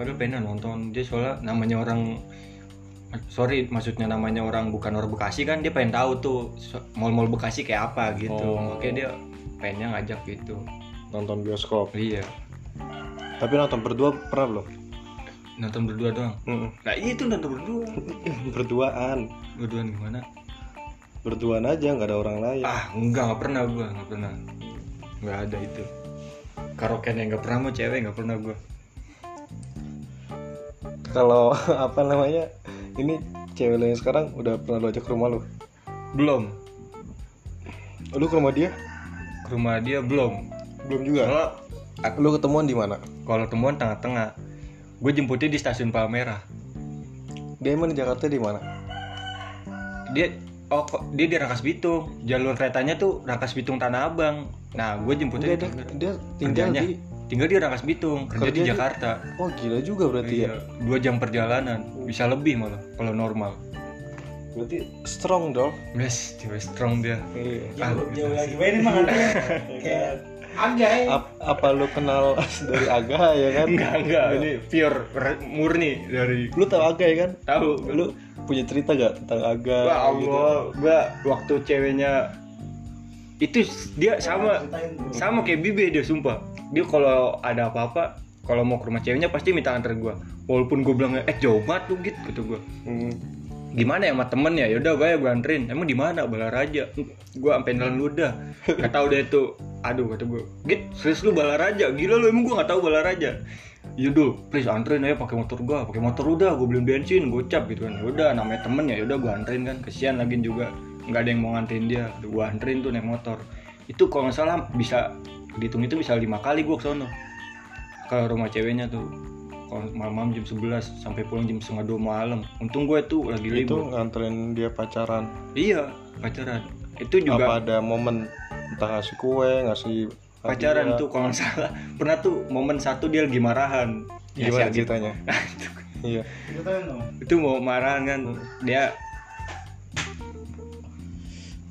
Speaker 2: padahal pengen nonton dia soalnya namanya orang sorry maksudnya namanya orang bukan orang Bekasi kan dia pengen tahu tuh so- mall-mall Bekasi kayak apa gitu
Speaker 1: Oh.
Speaker 2: makanya dia pengennya ngajak gitu
Speaker 1: nonton bioskop
Speaker 2: iya
Speaker 1: tapi nonton berdua pernah belum
Speaker 2: nonton berdua doang nah itu nonton berdua
Speaker 1: berduaan
Speaker 2: berduaan gimana
Speaker 1: berduaan aja nggak ada orang lain
Speaker 2: ah enggak nggak pernah gue nggak pernah nggak ada itu karaokean yang nggak pernah mau cewek nggak pernah gue
Speaker 1: kalau apa namanya ini cewek lu yang sekarang udah pernah lu ajak ke rumah lu
Speaker 2: belum
Speaker 1: lu ke rumah dia
Speaker 2: ke rumah dia belum
Speaker 1: belum juga
Speaker 2: kalau
Speaker 1: lu ketemuan di mana
Speaker 2: kalau temuan tengah-tengah gue jemputnya di stasiun Palmerah
Speaker 1: dia emang di Jakarta di mana
Speaker 2: dia oh kok- dia di Rangkas Bitung jalur keretanya tuh Rangkas Bitung Tanah Abang nah gue
Speaker 1: dia,
Speaker 2: jemputnya di
Speaker 1: dia,
Speaker 2: Palmerah.
Speaker 1: dia tinggal
Speaker 2: Kerjanya.
Speaker 1: di
Speaker 2: tinggal di Rangkas Bitung kerja,
Speaker 1: Kerja
Speaker 2: di
Speaker 1: di-
Speaker 2: Jakarta
Speaker 1: oh gila juga berarti
Speaker 2: Iya,
Speaker 1: ya
Speaker 2: dua jam perjalanan bisa lebih malah kalau normal
Speaker 1: berarti strong dong
Speaker 2: yes cewek strong dia
Speaker 1: Iya.
Speaker 3: Jauh,
Speaker 2: Ah,
Speaker 3: jauh lagi. Wah, ini mah nanti kayak Iya. anjay.
Speaker 1: Ap- apa lu kenal dari Aga ya kan?
Speaker 2: enggak enggak ini pure re- murni dari
Speaker 1: Lu tahu Aga ya kan?
Speaker 2: tahu
Speaker 1: Lu punya cerita gak tentang Aga?
Speaker 2: Wah
Speaker 1: gitu?
Speaker 2: Allah, gua waktu ceweknya itu s- dia sama
Speaker 3: Ceritain tuh.
Speaker 2: sama kayak Bibi dia sumpah. Dia kalau ada apa-apa, kalau mau ke rumah ceweknya pasti minta antar gua. Walaupun gua bilang eh jauh banget lu gitu kata gua.
Speaker 1: Hmm.
Speaker 2: Gimana ya sama temen ya? Yaudah gua ya gua anterin. Emang di mana? Balaraja. Gua sampai nelan ludah. Gak tau deh itu. Aduh kata gua. Git, serius lu Balaraja? Gila lu emang gua gak tahu Balaraja. Yaudah, please anterin aja pakai motor gua, pakai motor udah, gua beliin bensin, gocap gitu kan. Yaudah, namanya temen ya, yaudah gua anterin kan. Kesian lagi juga, nggak ada yang mau nganterin dia. Udah, Gua anterin tuh naik motor. Itu kalau nggak salah bisa dihitung itu bisa lima kali gua ke sono ke rumah ceweknya tuh. Kalau malam-malam jam 11 sampai pulang jam setengah dua malam. Untung gue tuh lagi
Speaker 1: Itu
Speaker 2: libur.
Speaker 1: nganterin dia pacaran.
Speaker 2: Iya, pacaran. Itu
Speaker 1: Apa
Speaker 2: juga
Speaker 1: ada momen entah ngasih kue, ngasih
Speaker 2: pacaran
Speaker 1: hadiah?
Speaker 2: tuh kalau nggak salah. Pernah tuh momen satu dia lagi marahan.
Speaker 1: Gimana
Speaker 2: Ya, si Agit.
Speaker 1: ceritanya? iya.
Speaker 3: Ceritain dong.
Speaker 2: itu mau marahan kan dia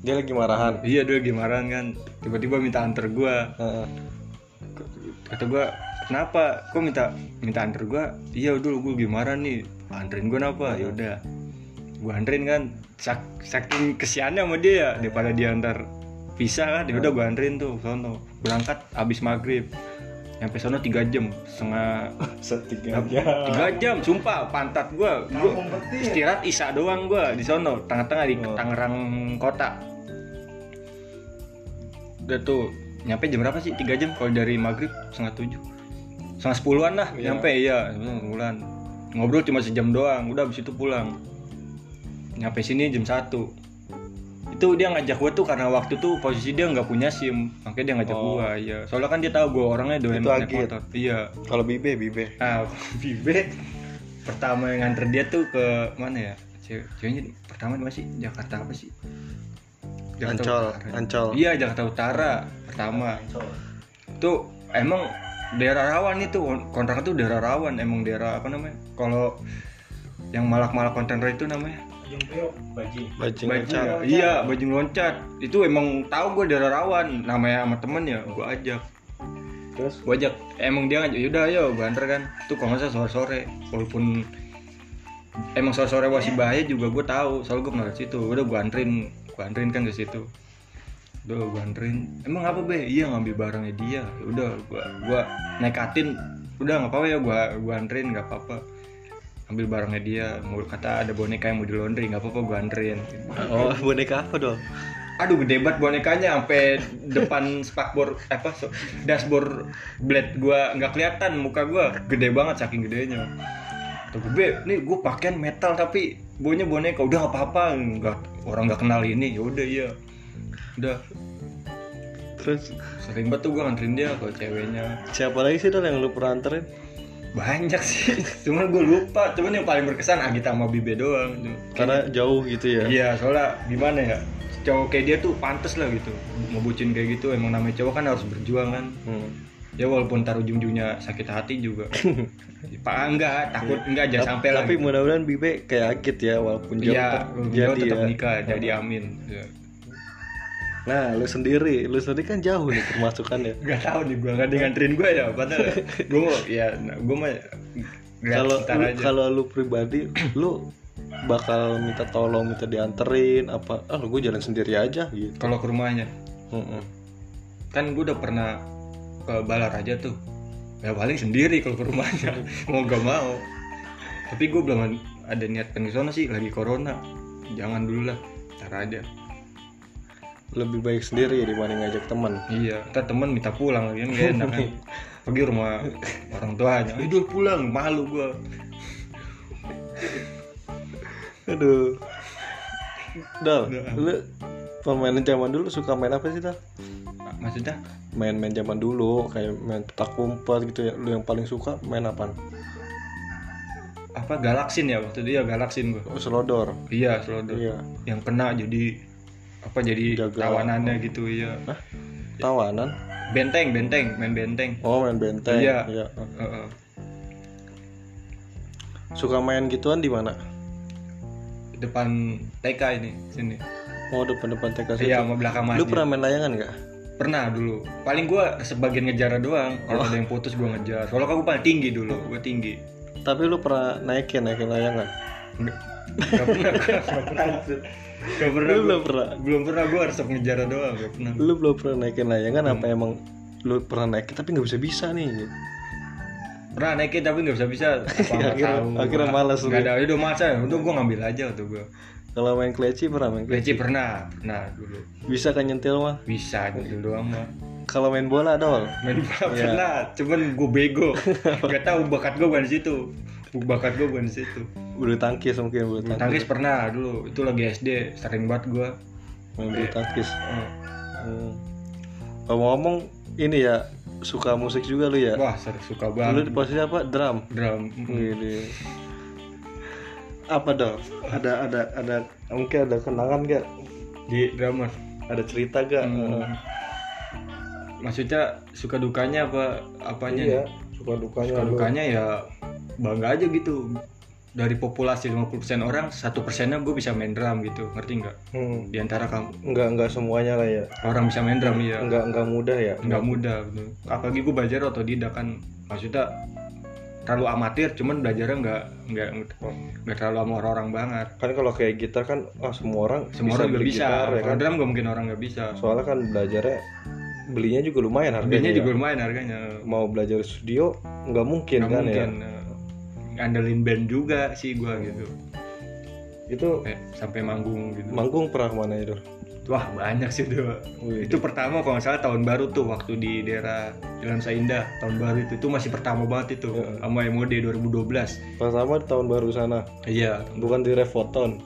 Speaker 1: Dia lagi marahan.
Speaker 2: iya dia lagi marahan kan tiba-tiba minta antar gua
Speaker 1: Heeh.
Speaker 2: kata gua kenapa kok minta minta antar gua iya udah gua gimana nih anterin gua kenapa ya udah gua anterin kan Sak- saking kesiannya sama dia ya, daripada dia antar pisah kan ya udah gua anterin tuh ke sono berangkat abis maghrib sampai sono tiga jam setengah
Speaker 1: Setiga
Speaker 2: tiga jam sumpah pantat gua gua
Speaker 3: Kampung petir.
Speaker 2: istirahat isya doang gua di sono tengah-tengah di
Speaker 1: Oh.
Speaker 2: Tangerang kota udah tuh nyampe jam berapa sih tiga jam kalau dari maghrib setengah tujuh setengah sepuluhan lah
Speaker 1: Iya.
Speaker 2: nyampe ya sepuluhan ngobrol cuma sejam doang udah abis itu pulang nyampe sini jam satu itu dia ngajak gua tuh karena waktu tuh posisi dia nggak punya sim makanya dia ngajak
Speaker 1: Oh.
Speaker 2: gua ya soalnya kan dia tahu gua orangnya doyan
Speaker 1: Itu
Speaker 2: naik
Speaker 1: Agit.
Speaker 2: motor iya
Speaker 1: Kalau Bibe, Bibe.
Speaker 2: Nah, Bibe pertama yang nganter dia tuh ke mana ya? Cewek- Ceweknya pertama di mana sih? Jakarta apa sih?
Speaker 1: Ancol,
Speaker 2: Utara.
Speaker 1: Ancol.
Speaker 2: Iya, Jakarta Utara pertama. Tuh emang daerah rawan itu kontrak itu daerah rawan emang daerah apa namanya kalau yang malak-malak kontainer itu namanya
Speaker 3: Ujung priok
Speaker 1: Bajing. Bajing.
Speaker 2: Bajing
Speaker 1: acar.
Speaker 2: loncat. iya bajing loncat itu emang tahu gue daerah rawan namanya sama temen ya gue ajak
Speaker 1: Terus
Speaker 2: gue ajak emang dia ngajak yaudah ayo gue antar kan itu kalau nggak salah sore sore walaupun emang sore sore masih bahaya juga gue tahu soalnya gue pernah ke situ udah gue anterin gue anterin kan ke situ udah gue anterin emang apa be iya ngambil barangnya dia Ya udah gue gue nekatin udah nggak apa-apa ya gue gue anterin nggak apa-apa ambil barangnya dia mau kata ada boneka yang mau di laundry nggak apa-apa gue anterin
Speaker 1: oh boneka apa dong?
Speaker 2: aduh gede banget bonekanya sampai depan spakbor apa so- dashboard blade gua nggak kelihatan muka gua gede banget saking gedenya tuh gue "Beb, nih gue pakaian metal tapi bonya boneka udah nggak apa-apa nggak orang nggak kenal ini ya udah iya udah
Speaker 1: Terus
Speaker 2: sering banget tuh gue nganterin dia ke ceweknya
Speaker 1: siapa lagi sih dong yang lu pernah anterin?
Speaker 2: banyak sih cuman gue lupa cuman yang paling berkesan Agita sama Bibe doang
Speaker 1: Karena jauh gitu ya.
Speaker 2: Iya, soalnya gimana ya? Cowok kayak dia tuh pantas lah gitu. Ngebucin kayak gitu emang namanya cowok kan harus berjuang kan.
Speaker 1: Hmm.
Speaker 2: Ya walaupun taruh ujung-ujungnya sakit hati juga. Ya, Pak enggak, takut enggak
Speaker 1: Tap-
Speaker 2: jangan sampai lah. gitu.
Speaker 1: Tapi mudah-mudahan Bibe kayak Agit ya walaupun jauh
Speaker 2: Iya,
Speaker 1: tetap
Speaker 2: dia
Speaker 1: jadi
Speaker 2: tetap
Speaker 1: ya.
Speaker 2: nikah, jadi amin. Ya.
Speaker 1: Nah, lu sendiri, lu sendiri kan ya? jauh nih termasukannya.
Speaker 2: Gak tau nih gue, gak nganterin gue ya, padahal gue mau, ya gue mah lihat
Speaker 1: Kalau
Speaker 2: ntar
Speaker 1: lu-
Speaker 2: Ya, aja.
Speaker 1: kalau lu pribadi, lu bakal minta tolong, minta dianterin apa? Ah, gue jalan sendiri aja gitu.
Speaker 2: Kalau ke rumahnya,
Speaker 1: Mm-mm.
Speaker 2: kan gue udah pernah ke Balaraja tuh ya paling sendiri kalau ke rumahnya mau gak mau tapi gue belum ada niat pengen ke sana sih lagi corona jangan dulu lah ntar aja
Speaker 1: Lebih baik sendiri dibanding ngajak teman.
Speaker 2: iya ntar temen minta pulang lagi kan gak enak kan pergi rumah orang tuanya idul pulang malu gue
Speaker 1: Aduh. Dal,
Speaker 2: Udah.
Speaker 1: lu permainan zaman dulu suka main apa sih, Dal?
Speaker 2: Nah, maksudnya
Speaker 1: Main-main zaman dulu kayak main petak umpet gitu ya. Lu yang paling suka main apaan?
Speaker 2: apa galaksin ya waktu itu ya galaksin gue
Speaker 1: Oh, selodor.
Speaker 2: iya selalu
Speaker 1: Iya.
Speaker 2: yang kena jadi apa jadi
Speaker 1: Jaga.
Speaker 2: tawanannya gitu iya
Speaker 1: Hah? Tawanan?
Speaker 2: benteng benteng main benteng
Speaker 1: Oh, main benteng.
Speaker 2: Iya.
Speaker 1: iya.
Speaker 2: Heeh.
Speaker 1: Suka main gituan di mana?
Speaker 2: depan TK ini sini
Speaker 1: Oh, depan-depan TK situ.
Speaker 2: iya sama
Speaker 1: Lu
Speaker 2: belakang masjid pernah?
Speaker 1: pernah main layangan nggak?
Speaker 2: dulu paling gua sebagian ngejar doang kalau ada yang putus gua ngejar kalau aku paling tinggi dulu gua tinggi
Speaker 1: Tapi lu pernah naikin naikin layangan?
Speaker 2: nggak nggak pernah gua nggak pernah nggak pernah
Speaker 1: Lu
Speaker 2: gua.
Speaker 1: belum pernah.
Speaker 2: belum pernah gua harus ngejar doang nggak pernah
Speaker 1: Lu belum pernah naikin layangan apa emang lu pernah naikin tapi nggak bisa bisa nih? gitu.
Speaker 2: pernah naikin tapi nggak bisa bisa
Speaker 1: Akhirnya- akhirnya malas lu.
Speaker 2: nggak ada udah masa ya udah gua ngambil aja tuh gua
Speaker 1: Kalau main kleci pernah main kleci?
Speaker 2: leci pernah pernah dulu
Speaker 1: Bisa kan nyentil mah?
Speaker 2: bisa gitu doang mah
Speaker 1: Kalau main bola dol?
Speaker 2: main bola
Speaker 1: Iya.
Speaker 2: pernah cuman gue bego nggak tahu bakat gue bukan di situ bakat gue bukan di situ
Speaker 1: Bulu tangkis mungkin bulu
Speaker 2: Bulu
Speaker 1: tangkis.
Speaker 2: tangkis pernah dulu itu lagi SD sering banget gue
Speaker 1: Main Hmm, bulu tangkis.
Speaker 2: Eh,
Speaker 1: Hmm. Ngomong-ngomong ini ya suka musik juga lu ya?
Speaker 2: wah ser- suka
Speaker 1: Lu di
Speaker 2: banget
Speaker 1: posisi apa? Drum.
Speaker 2: drum
Speaker 1: Hmm.
Speaker 2: Mm.
Speaker 1: Gini. Apa dong? Ada ada ada mungkin ada kenangan gak?
Speaker 2: di drummer
Speaker 1: Ada cerita gak?
Speaker 2: Hmm.
Speaker 1: Eh,
Speaker 2: maksudnya suka dukanya apa apanya
Speaker 1: iya,
Speaker 2: nih?
Speaker 1: suka dukanya.
Speaker 2: suka
Speaker 1: lu.
Speaker 2: dukanya ya bangga aja gitu dari populasi 50% orang satu persennya gue bisa main drum gitu ngerti nggak
Speaker 1: Hmm.
Speaker 2: di antara kamu
Speaker 1: Enggak enggak semuanya lah ya.
Speaker 2: orang bisa main drum ya
Speaker 1: Enggak enggak mudah ya.
Speaker 2: nggak mudah gitu. apalagi gue belajar otodidak kan maksudnya terlalu amatir cuman belajarnya nggak nggak nggak terlalu sama orang-orang banget
Speaker 1: Kan kalau kayak gitar kan ah semua orang
Speaker 2: semua orang juga
Speaker 1: beli
Speaker 2: bisa
Speaker 1: gitar ya
Speaker 2: kalau
Speaker 1: kan.
Speaker 2: drum nggak mungkin orang nggak bisa
Speaker 1: Soalnya kan belajarnya belinya juga lumayan harganya.
Speaker 2: Biasanya
Speaker 1: ya.
Speaker 2: juga lumayan harganya
Speaker 1: Mau belajar studio nggak mungkin
Speaker 2: nggak
Speaker 1: kan
Speaker 2: mungkin eh, ngandelin band juga sih gue gitu
Speaker 1: ya. Itu
Speaker 2: sampai, sampai manggung gitu
Speaker 1: manggung pernah kemana itu?
Speaker 2: wah banyak sih tuh
Speaker 1: Wih.
Speaker 2: itu pertama kalau nggak salah tahun baru tuh waktu di daerah Jalan Saindah tahun baru itu itu masih pertama banget itu
Speaker 1: Iya.
Speaker 2: sama MOD 2012
Speaker 1: Pertama di tahun baru sana,
Speaker 2: iya
Speaker 1: bukan di Revoton.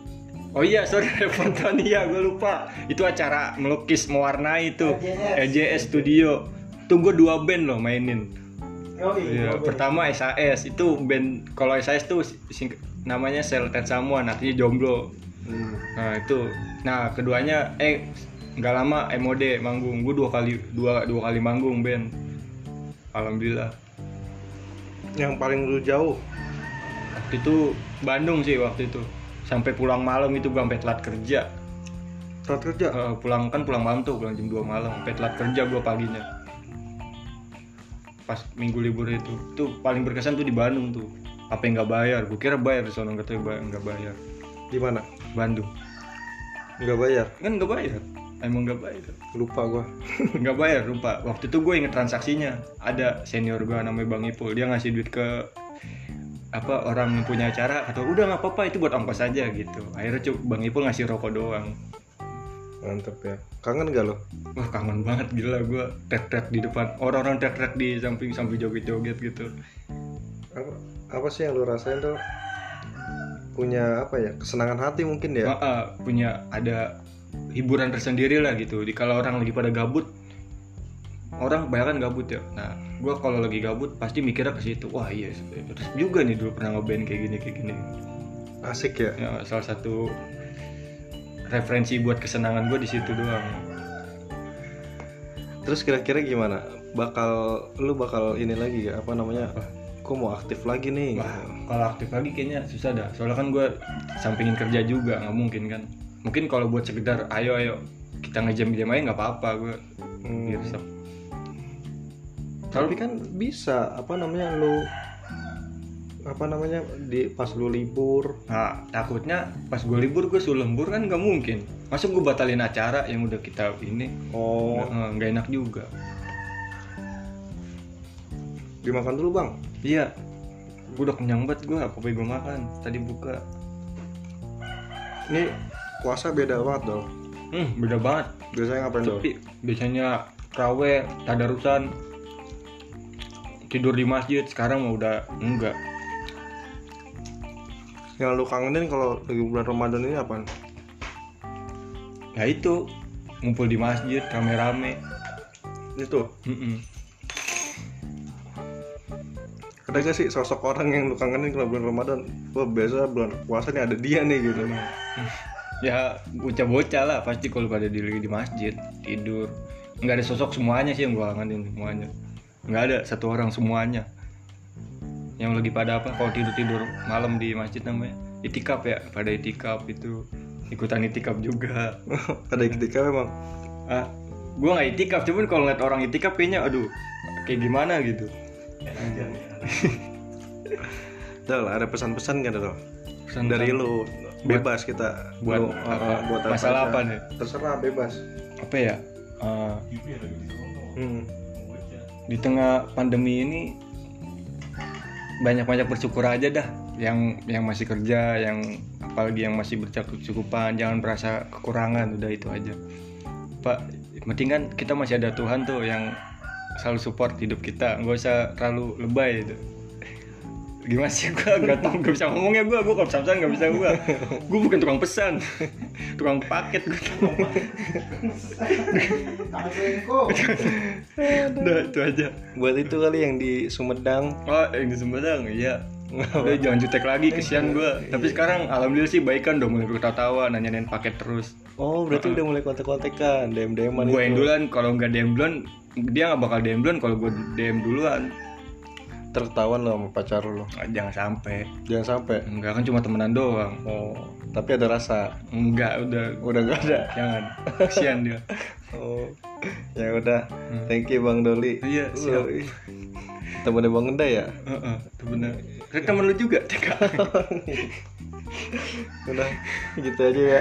Speaker 2: Oh iya, sorry Reponton iya gue lupa. Itu acara melukis mewarnai itu
Speaker 3: LJS.
Speaker 2: EJS Studio. Tuh gue dua band loh mainin.
Speaker 3: Yoi,
Speaker 2: Iya,
Speaker 3: oke.
Speaker 2: pertama SAS itu band kalau SAS tuh sing- namanya Seltet Samuan artinya jomblo. Nah, itu. Nah, keduanya eh nggak lama MOD manggung. Gue dua kali dua dua kali manggung band. alhamdulillah
Speaker 1: yang paling lu jauh
Speaker 2: waktu itu Bandung sih waktu itu sampai pulang malam itu gua sampai telat kerja
Speaker 1: saat kerja
Speaker 2: Eh, pulang kan pulang malam tuh pulang jam 2 malam sampai telat kerja gua paginya pas minggu libur itu tuh paling berkesan tuh di Bandung tuh apa yang nggak bayar gua kira bayar di sana nggak tahu ba- nggak bayar
Speaker 1: di mana
Speaker 2: Bandung
Speaker 1: nggak bayar
Speaker 2: kan nggak bayar emang nggak bayar
Speaker 1: lupa gua
Speaker 2: nggak bayar lupa waktu itu gue inget transaksinya ada senior gue namanya bang Ipul dia ngasih duit ke apa orang yang punya acara atau udah nggak apa-apa itu buat ongkos aja gitu akhirnya cuk bang Ipul ngasih rokok doang
Speaker 1: mantep ya kangen gak lo
Speaker 2: wah kangen banget gila gue tek-tek di depan orang-orang tek-tek di samping sambil joget-joget gitu
Speaker 1: apa, apa sih yang lu rasain tuh punya apa ya kesenangan hati mungkin ya
Speaker 2: Heeh, punya ada hiburan tersendiri lah gitu di kalau orang lagi pada gabut orang kebanyakan gabut ya nah gue kalau lagi gabut pasti mikirnya ke situ wah iya terus juga nih dulu pernah ngeband kayak gini kayak gini
Speaker 1: asik ya
Speaker 2: ya, salah satu referensi buat kesenangan gue di situ doang
Speaker 1: terus kira-kira gimana bakal lu bakal ini lagi ya, apa namanya Gua mau aktif lagi nih gitu.
Speaker 2: wah kalau aktif lagi kayaknya susah dah soalnya kan gue sampingin kerja juga nggak mungkin kan mungkin kalau buat sekedar ayo ayo kita ngejam jam aja nggak apa-apa gue
Speaker 1: Hmm.
Speaker 2: gitu
Speaker 1: tapi kan bisa apa namanya lu apa namanya di pas lu libur
Speaker 2: Nah, takutnya pas gue libur gue suruh lembur kan nggak mungkin. Masuk gue batalin acara yang udah kita ini
Speaker 1: oh
Speaker 2: nggak nggak enak juga.
Speaker 1: dimakan dulu bang
Speaker 2: Iya, gue udah kenyang banget gue apa gue makan tadi buka.
Speaker 1: ini puasa beda banget dong
Speaker 2: Hmm, beda banget.
Speaker 1: biasanya ngapain dong
Speaker 2: Tapi biasanya rawe, tadarusan, tidur di masjid sekarang mau udah enggak.
Speaker 1: yang lu kangenin kalau lagi bulan Ramadan ini apa
Speaker 2: Ya itu ngumpul di masjid rame-rame.
Speaker 1: itu
Speaker 2: Mm-mm.
Speaker 1: ada gak sih sosok orang yang lu kangenin kalau bulan Ramadan wah biasa bulan puasa nih ada dia nih gitu
Speaker 2: ya bocah-bocah lah pasti kalau pada di di masjid tidur nggak ada sosok semuanya sih yang gua kangenin semuanya nggak ada satu orang semuanya yang lagi pada apa kalau tidur tidur malam di masjid namanya itikaf ya pada itikaf itu ikutan itikaf juga
Speaker 1: ada ketika memang
Speaker 2: ah gua nggak itikaf cuman kalau ngeliat orang itikaf kayaknya aduh kayak gimana gitu
Speaker 1: Dal, ada pesan-pesan gak Dal?
Speaker 2: Pesan
Speaker 1: Dari
Speaker 2: pesan
Speaker 1: lu, bebas kita
Speaker 2: buat
Speaker 1: lu,
Speaker 2: apa?
Speaker 1: uh, buat
Speaker 2: Masalah
Speaker 1: aja.
Speaker 2: apa nih?
Speaker 1: Terserah, bebas
Speaker 2: apa ya Eh,
Speaker 1: hmm.
Speaker 2: di tengah pandemi ini banyak-banyak bersyukur aja dah yang yang masih kerja yang apalagi yang masih bercukupan jangan merasa kekurangan udah itu aja pak yang penting kan kita masih ada Tuhan tuh yang selalu support hidup kita nggak usah terlalu lebay itu gimana sih gua nggak tahu nggak bisa ngomongnya gua gua kalau pesan nggak bisa gua gua bukan tukang pesan tukang paket gua
Speaker 3: Tangan selingkuh.
Speaker 2: udah itu aja
Speaker 1: Buat itu kali yang di Sumedang
Speaker 2: oh yang di Sumedang iya Udah jangan jutek lagi, kesian gua Tapi sekarang alhamdulillah sih baikan udah mulai ketawa nanyain paket terus.
Speaker 1: Oh, berarti udah mulai kontek-kontekan DM-DM
Speaker 2: Ah, Gua yang duluan kalau nggak DM duluan dia nggak bakal DM duluan kalau gua DM duluan.
Speaker 1: Tertawan lo sama pacar lo
Speaker 2: Ah, Jangan sampai.
Speaker 1: Jangan sampai
Speaker 2: Enggak kan cuma temenan doang.
Speaker 1: Oh, tapi ada rasa
Speaker 2: Enggak udah
Speaker 1: Udah gak ada
Speaker 2: jangan. Kesian dia.
Speaker 1: Oh, ya udah. Thank you Bang Doli.
Speaker 2: Hmm. Iya, siap.
Speaker 1: Woi. Temennya Bang Enda ya?
Speaker 2: Heeh, itu benar. Kan temen lu juga, TK. Iya.
Speaker 1: Udah, gitu aja ya.